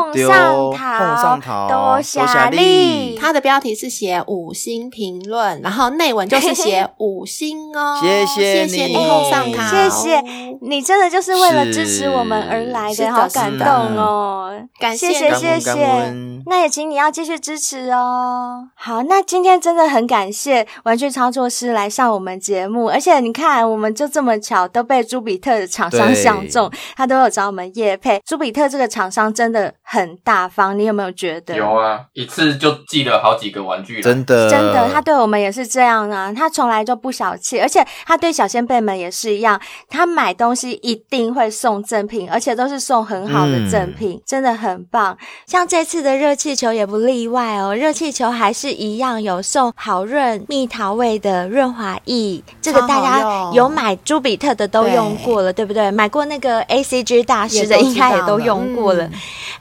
B: 碰
D: 丢
B: 上
D: 碰上头
B: 都虾力
D: 多虾，
C: 他的标题是写五星评论，然后内文就是写五星哦。
D: 谢
C: 谢
D: 谢
C: 你
D: 你
C: 哄上头，
B: 谢谢。你真的就是为了支持我们而来
C: 是
B: 的，好
C: 是的
B: 感动哦！
C: 感谢
B: 谢谢
D: 感
B: 谢
D: 恩感
B: 谢
E: 嗯
D: 恩，
B: 那也请你要继续支持哦。好，那今天真的很感谢玩具操作师来上我们节目，而且你看，我们就这么巧都被朱比特的厂商
D: 对
B: 相中，他都有找我们叶配。朱比特这个厂商真的很大方，你有没有觉得？
E: 有啊，一次就寄了好几个玩具了，
D: 真的
B: 真的，他对我们也是这样啊，他从来就不小气，而且他对小先辈们也是一样，他买东西一定会送赠品，而且都是送很好的赠品，
C: 嗯
B: 真的很棒。像这次的热气球也不例外哦，热气球还是一样有送好润蜜桃味的润滑液，这个大
C: 超好
B: 家
C: 用
B: 有买朱比特的都用过了，对不对？买过那个 A C G 大师的
C: 也都
B: 应该
C: 知
B: 也
C: 道
B: 都
C: 了
B: 用过了。
C: 嗯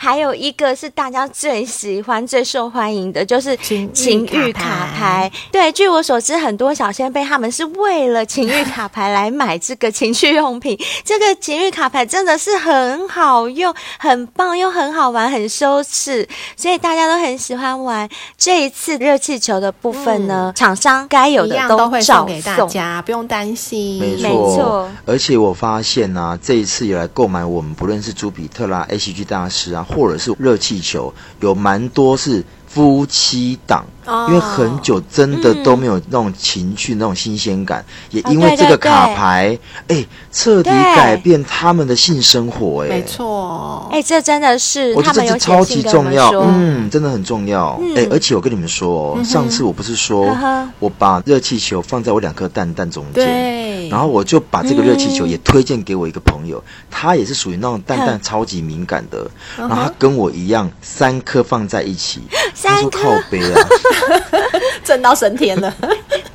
B: 还有一个是大家最喜欢、最受欢迎的，就是
C: 情
B: 情
C: 欲
B: 欲
C: 卡
B: 卡
C: 牌
B: 牌。对，据我所知，很多小先辈他们是为了情欲卡牌来买这个情趣用品。 这个情欲卡牌真的是很好用、很棒，又很好玩、很羞耻，所以大家都很喜欢玩。这一次热气球的部分呢，厂商该有
C: 嗯一
B: 的
C: 样都会
B: 照
C: 送给大家，不用担心。
D: 没
B: 没错
D: 错，而且我发现啊，这一次以来购买我们不论是朱比特啦、A C G 大师啊，或者是热气球，有蛮多是夫妻档，
C: 哦
D: 因为很久真的
B: 嗯
D: 都没有那种情趣、那种新鲜感，也
B: 哦
D: 因为
B: 对
D: 这
B: 对
D: 个
B: 对
D: 卡牌，哎，彻底
B: 对
D: 改变他们的性生活，哎
C: 没，错
B: 哎、，这真的是
D: 我觉
B: 他
D: 得
B: 们
D: 这
B: 有
D: 是
B: 写
D: 超级
B: 信跟我
D: 重
B: 们
D: 要，
B: 说，
D: 嗯，真的很重要。哎、
B: 嗯
D: 而且我跟你们说哦，上次我不是说
B: 呵呵
D: 我把热气球放在我两颗蛋蛋中间，
C: 对，
D: 然后我就把这个热气球
B: 嗯
D: 也推荐给我一个朋友，他也是属于那种蛋蛋超级敏感的，
B: 嗯
D: 然后他跟我一样三颗放在一起，他
B: 三
D: 说靠
B: 颗
D: 背啊，
C: 震到升天了。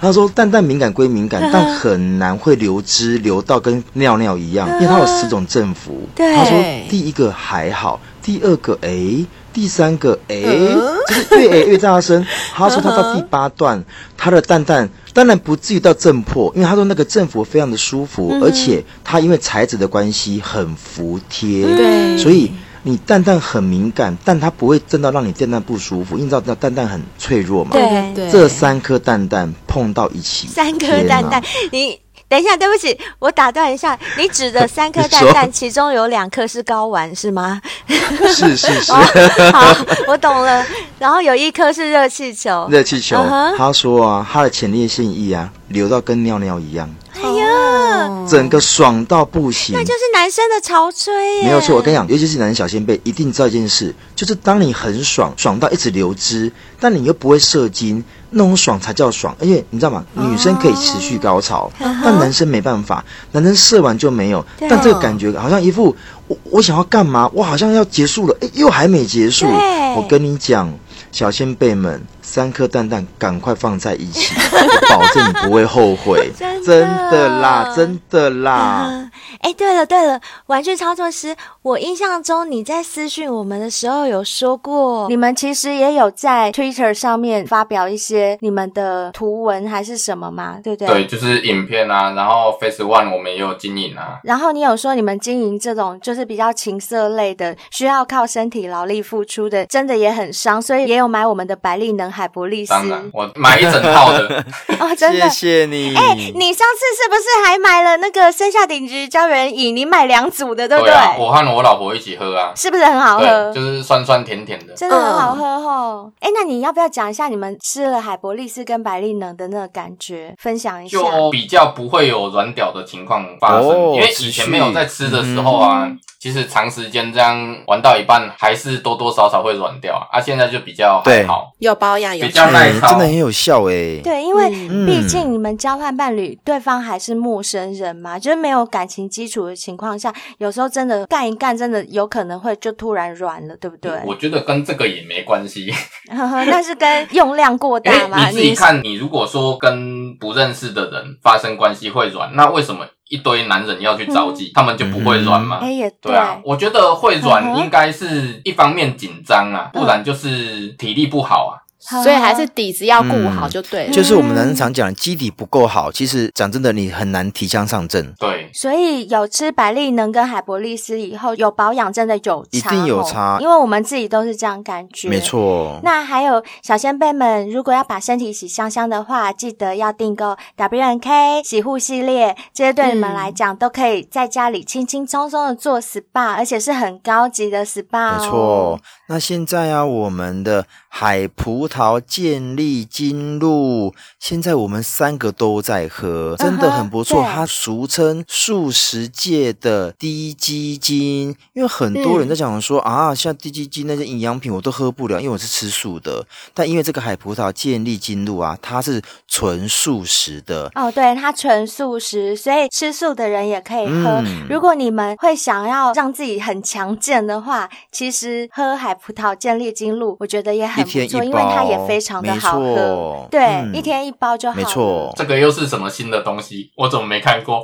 D: 他说蛋蛋敏感归敏感，但很难会流汁流到跟尿尿一样，因为它有十种振幅。
B: 对
D: 他说第一个还好，第二个诶，第三个诶，
C: 嗯
D: 就是越诶越大声。他说他到第八段，他的蛋蛋当然不至于到震破，因为他说那个振幅非常的舒服，而且他因为材质的关系很服帖，
C: 对
D: 所以。你蛋蛋很敏感，但它不会震到让你蛋蛋不舒服，因为你知道蛋蛋很脆弱嘛。
B: 对
C: 对，
D: 这三颗蛋蛋碰到一起，
B: 三颗蛋蛋
D: 天哪，
B: 你等一下，对不起，我打断一下，你指的三 颗蛋
D: 你
B: 蛋，
D: 说
B: 其中有两颗是睾丸是 吗？哦
D: 是是是，
B: 好，我懂了。然后有一颗是热气球，
D: 热气球
B: 嗯哼。
D: 他说啊，他的前列腺液啊，流到跟尿尿一样，
B: 哎呀，
D: 整个爽到不行
B: 那。就是男生的潮吹耶。
D: 没有错，我跟你讲，尤其是男人小先辈，一定知道一件事，就是当你很爽，爽到一直流汁，但你又不会射精，那种爽才叫爽。而且你知道吗？
B: 哦
D: 女生可以持续高潮，
B: 嗯
D: 但男生没办法，男生射完就没有。
B: 哦
D: 但这个感觉好像一副我我想要干嘛，我好像要结束了，哎，又还没结束。
B: 对
D: 我跟你讲，小先 辈们，三颗蛋蛋赶快放在一起，我保证你不会后悔。
B: 真 真的
D: 真的啦，真的啦，
B: 啊！哎、对了对了，玩具操作师，我印象中你在私讯我们的时候有说过，你们其实也有在 Twitter 上面发表一些你们的图文还是什么嘛，对不对？
E: 对，就是影片啊，然后 Face One 我们也有经营啊，
B: 然后你有说你们经营这种就是比较情色类的，需要靠身体劳力付出的，真的也很伤，所以也有买我们的百利能海博利斯
E: 当然我买一整套 的，啊
B: 哦， 真的
D: 谢。谢你。
B: 哎、你上次是不是还买了那个生下顶级胶原饮？你买两组的，对不对？
E: 啊，我和我老婆一起喝啊，
B: 是不是很好喝？
E: 对，就是酸酸甜甜的。
B: 真的很好喝哦。哎、那你要不要讲一下你们吃了海博利斯跟百利能的那个感觉，分享一下？
E: 就比较不会有软屌的情况发生，
D: 哦
E: 因为
D: 持
E: 以前
D: 续
E: 没有在吃的时候啊，
B: 嗯
E: 其实长时间这样玩到一半，还是多多少少会软掉啊。啊现在就比较还好，
C: 有保养有
E: 比较
C: 穿
E: 耐
D: 哎真的
E: 操
D: 很有效哎。
B: 对，因为
C: 嗯
B: 毕竟你们交换伴侣，对方还是陌生人嘛，就是没有感情基础的情况下，有时候真的干一干，真的有可能会就突然软了，对不对？
E: 我觉得跟这个也没关系，
B: 呵呵， 那是跟用量过
E: 因
B: 大
E: 为
B: 嘛？
E: 嗯哎你自己看，你如果说跟不认识的人发生关系会软，那为什么一堆男人要去招妓，他们就不会软吗？
D: 嗯
B: 哎、也对，
E: 对啊，我觉得会
B: 嗯
E: 软
B: 哼
E: 应该是一方面紧张啊，不然就是体力不好啊。
C: 所以还是底子要顾好
D: 嗯
C: 就对了。
D: 就是我们男生常讲，基底不够好，其实讲真的，你很难提枪上阵，
E: 对，
B: 所以有吃百利能跟海博利斯以后，有保养真的有差，
D: 一定有差
B: 哦因为我们自己都是这样感觉，
D: 没。错。
B: 那还有小先辈们，如果要把身体洗香香的话，记得要订购 W N K 洗护系列，这些对你们来讲都可以在家里轻轻松松的做 SPA，而且是很高级的 SPA、哦。
D: 没错，，那现在啊，我们的海葡萄、健力、金露，现在我们三个都在喝，真的很不错。
B: 嗯哼对
D: 它俗称素食界的低基金，因为很多
B: 嗯
D: 人在讲说、啊，像低基金那些营养品我都喝不了，因为我是吃素的。但因为这个海葡萄、健力、金露啊，它是纯素食的，
B: 哦，对，它纯素食，所以吃素的人也可以喝。
D: 嗯
B: 如果你们会想要让自己很强健的话，其实喝海葡萄健力精露，我觉得也
D: 一
B: 很不
D: 天一包，
B: 错，因为它也非常的
D: 没
B: 好喝。
D: 错
B: 对，
D: 嗯
B: 一天一包就好。
D: 没错，
E: 这个又是什么新的东西？我怎么没看过？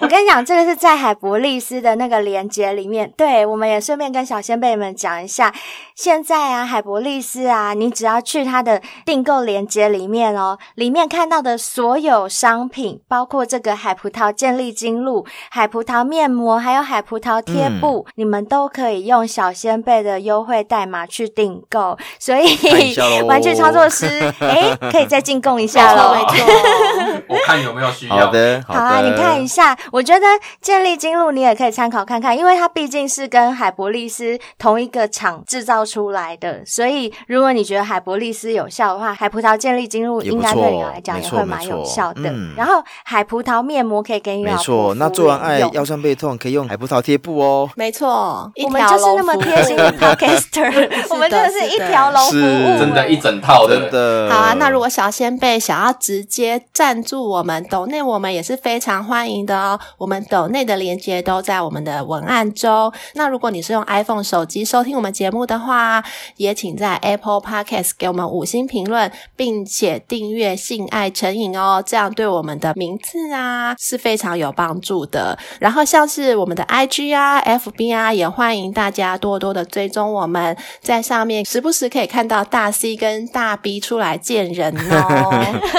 B: 我跟你讲，这个是在海博利斯的那个连接里面，对我们也顺便跟小先辈们讲一下，现在啊，海博利斯啊，你只要去它的订购连接里面哦，里面看到的所有商品，包括这个海葡萄健力精露、海葡萄面膜，还有海葡萄贴
D: 嗯
B: 布，你们都可以用小先辈的优惠代码去订购，所
D: 看一
B: 以
D: 下喽
B: 玩具操 作师，哎，可以再进贡一下喽。
C: 没错没错，
E: 啊 我看有没有需要。
D: 好的，
B: 好啊，
D: 的
B: 你看一下，我觉得健力精露你也可以参考看看，因为它毕竟是跟海博利斯同一个厂制造出来的，所以如果你觉得海博利斯有效的话，海葡萄健力精露
D: 也不
B: 应该对你
D: 错
B: 来讲
D: 没
B: 也
D: 错
B: 会
D: 没
B: 蛮
D: 错
B: 有效的。
D: 嗯
B: 然后海葡萄面膜可以给你
D: 没
B: 老
D: 错
B: 婆，
D: 那
B: 敷
D: 做完哎
B: 脸用
D: 爱腰酸背痛，可以用海葡萄贴布哦。
C: 没错，一
B: 我们
C: 条
B: 就是那
C: 龙
B: 么
C: 服务
B: 贴心 的 podcaster，我们真的
C: 是
B: 是
C: 的
B: 一条龙服
D: 是
B: 务，
E: 真的，一整套
D: 真
E: 的。
D: 的。
C: 好啊，那如果小先辈想要直接赞助我们抖内，我们也是非常欢迎的哦。我们抖内的链接都在我们的文案中。那如果你是用 iPhone 手机收听我们节目的话，也请在 Apple Podcast 给我们五星评论，并且订阅“性爱成瘾”哦，这样对我们的名字啊是非常有帮助的。然后像是我们的 IG 啊、FB 啊，也欢迎大家多多的追踪我们，在上面时不时可以看到大 C 跟大 B 出来见人哦。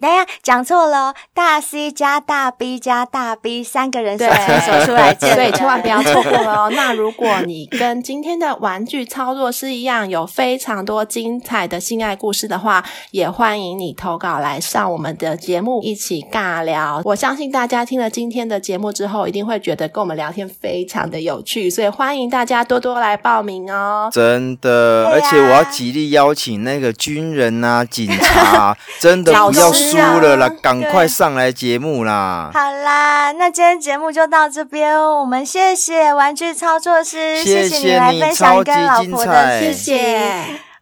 B: 等一下讲错了哦，大 C 加大 B 加大 B 三个人手
C: 对
B: 牵手出来 见人，
C: 所以千万不要错过了 哦。那如果你跟今天的玩具操作师一样，有非常多精彩的性爱故事的话，也欢迎你投稿来上我们的节目一起尬聊。我相信大家听了今天的节目之后，一定会觉得跟我们聊天非常的有趣，所以欢迎大家多多来报名哦。
D: 真的，
B: 对
D: 而
B: 呀
D: 且我要极力邀请那个军人啊、警察 啊，真的
C: 老
D: 不要
C: 师
D: 输
B: 啊
D: 了啦，
B: 对
D: 赶快上来节目啦！
B: 好啦，那今天节目就到这边哦，我们谢谢玩具操作师，
D: 谢
B: 谢你来
D: 你
B: 分享
D: 超
B: 你
D: 级
B: 跟老
D: 精
B: 婆的
D: 彩
B: 事
C: 谢
B: 情
C: 谢。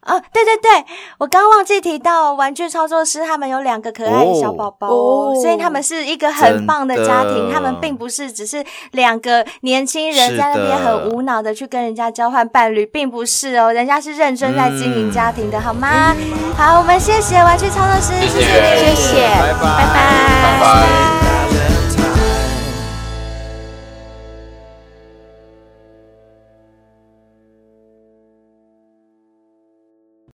B: 哦，对对对，我刚忘记提到，玩具操作师他们有两个可爱的小宝宝、哦，
C: 哦
B: 所以他们是一个很棒的家
D: 真
B: 庭，
D: 的
B: 他们并不是只是两个年轻人
D: 是
B: 在那边
D: 的
B: 很无脑的去跟人家交换伴侣，并不是哦，人家是认真在经营家庭的，好吗？
D: 嗯
B: 好，我们谢谢玩具操作师，
E: 谢
B: 谢
E: 谢
B: 你
C: 谢谢，
D: 拜拜
C: 拜
E: 拜拜。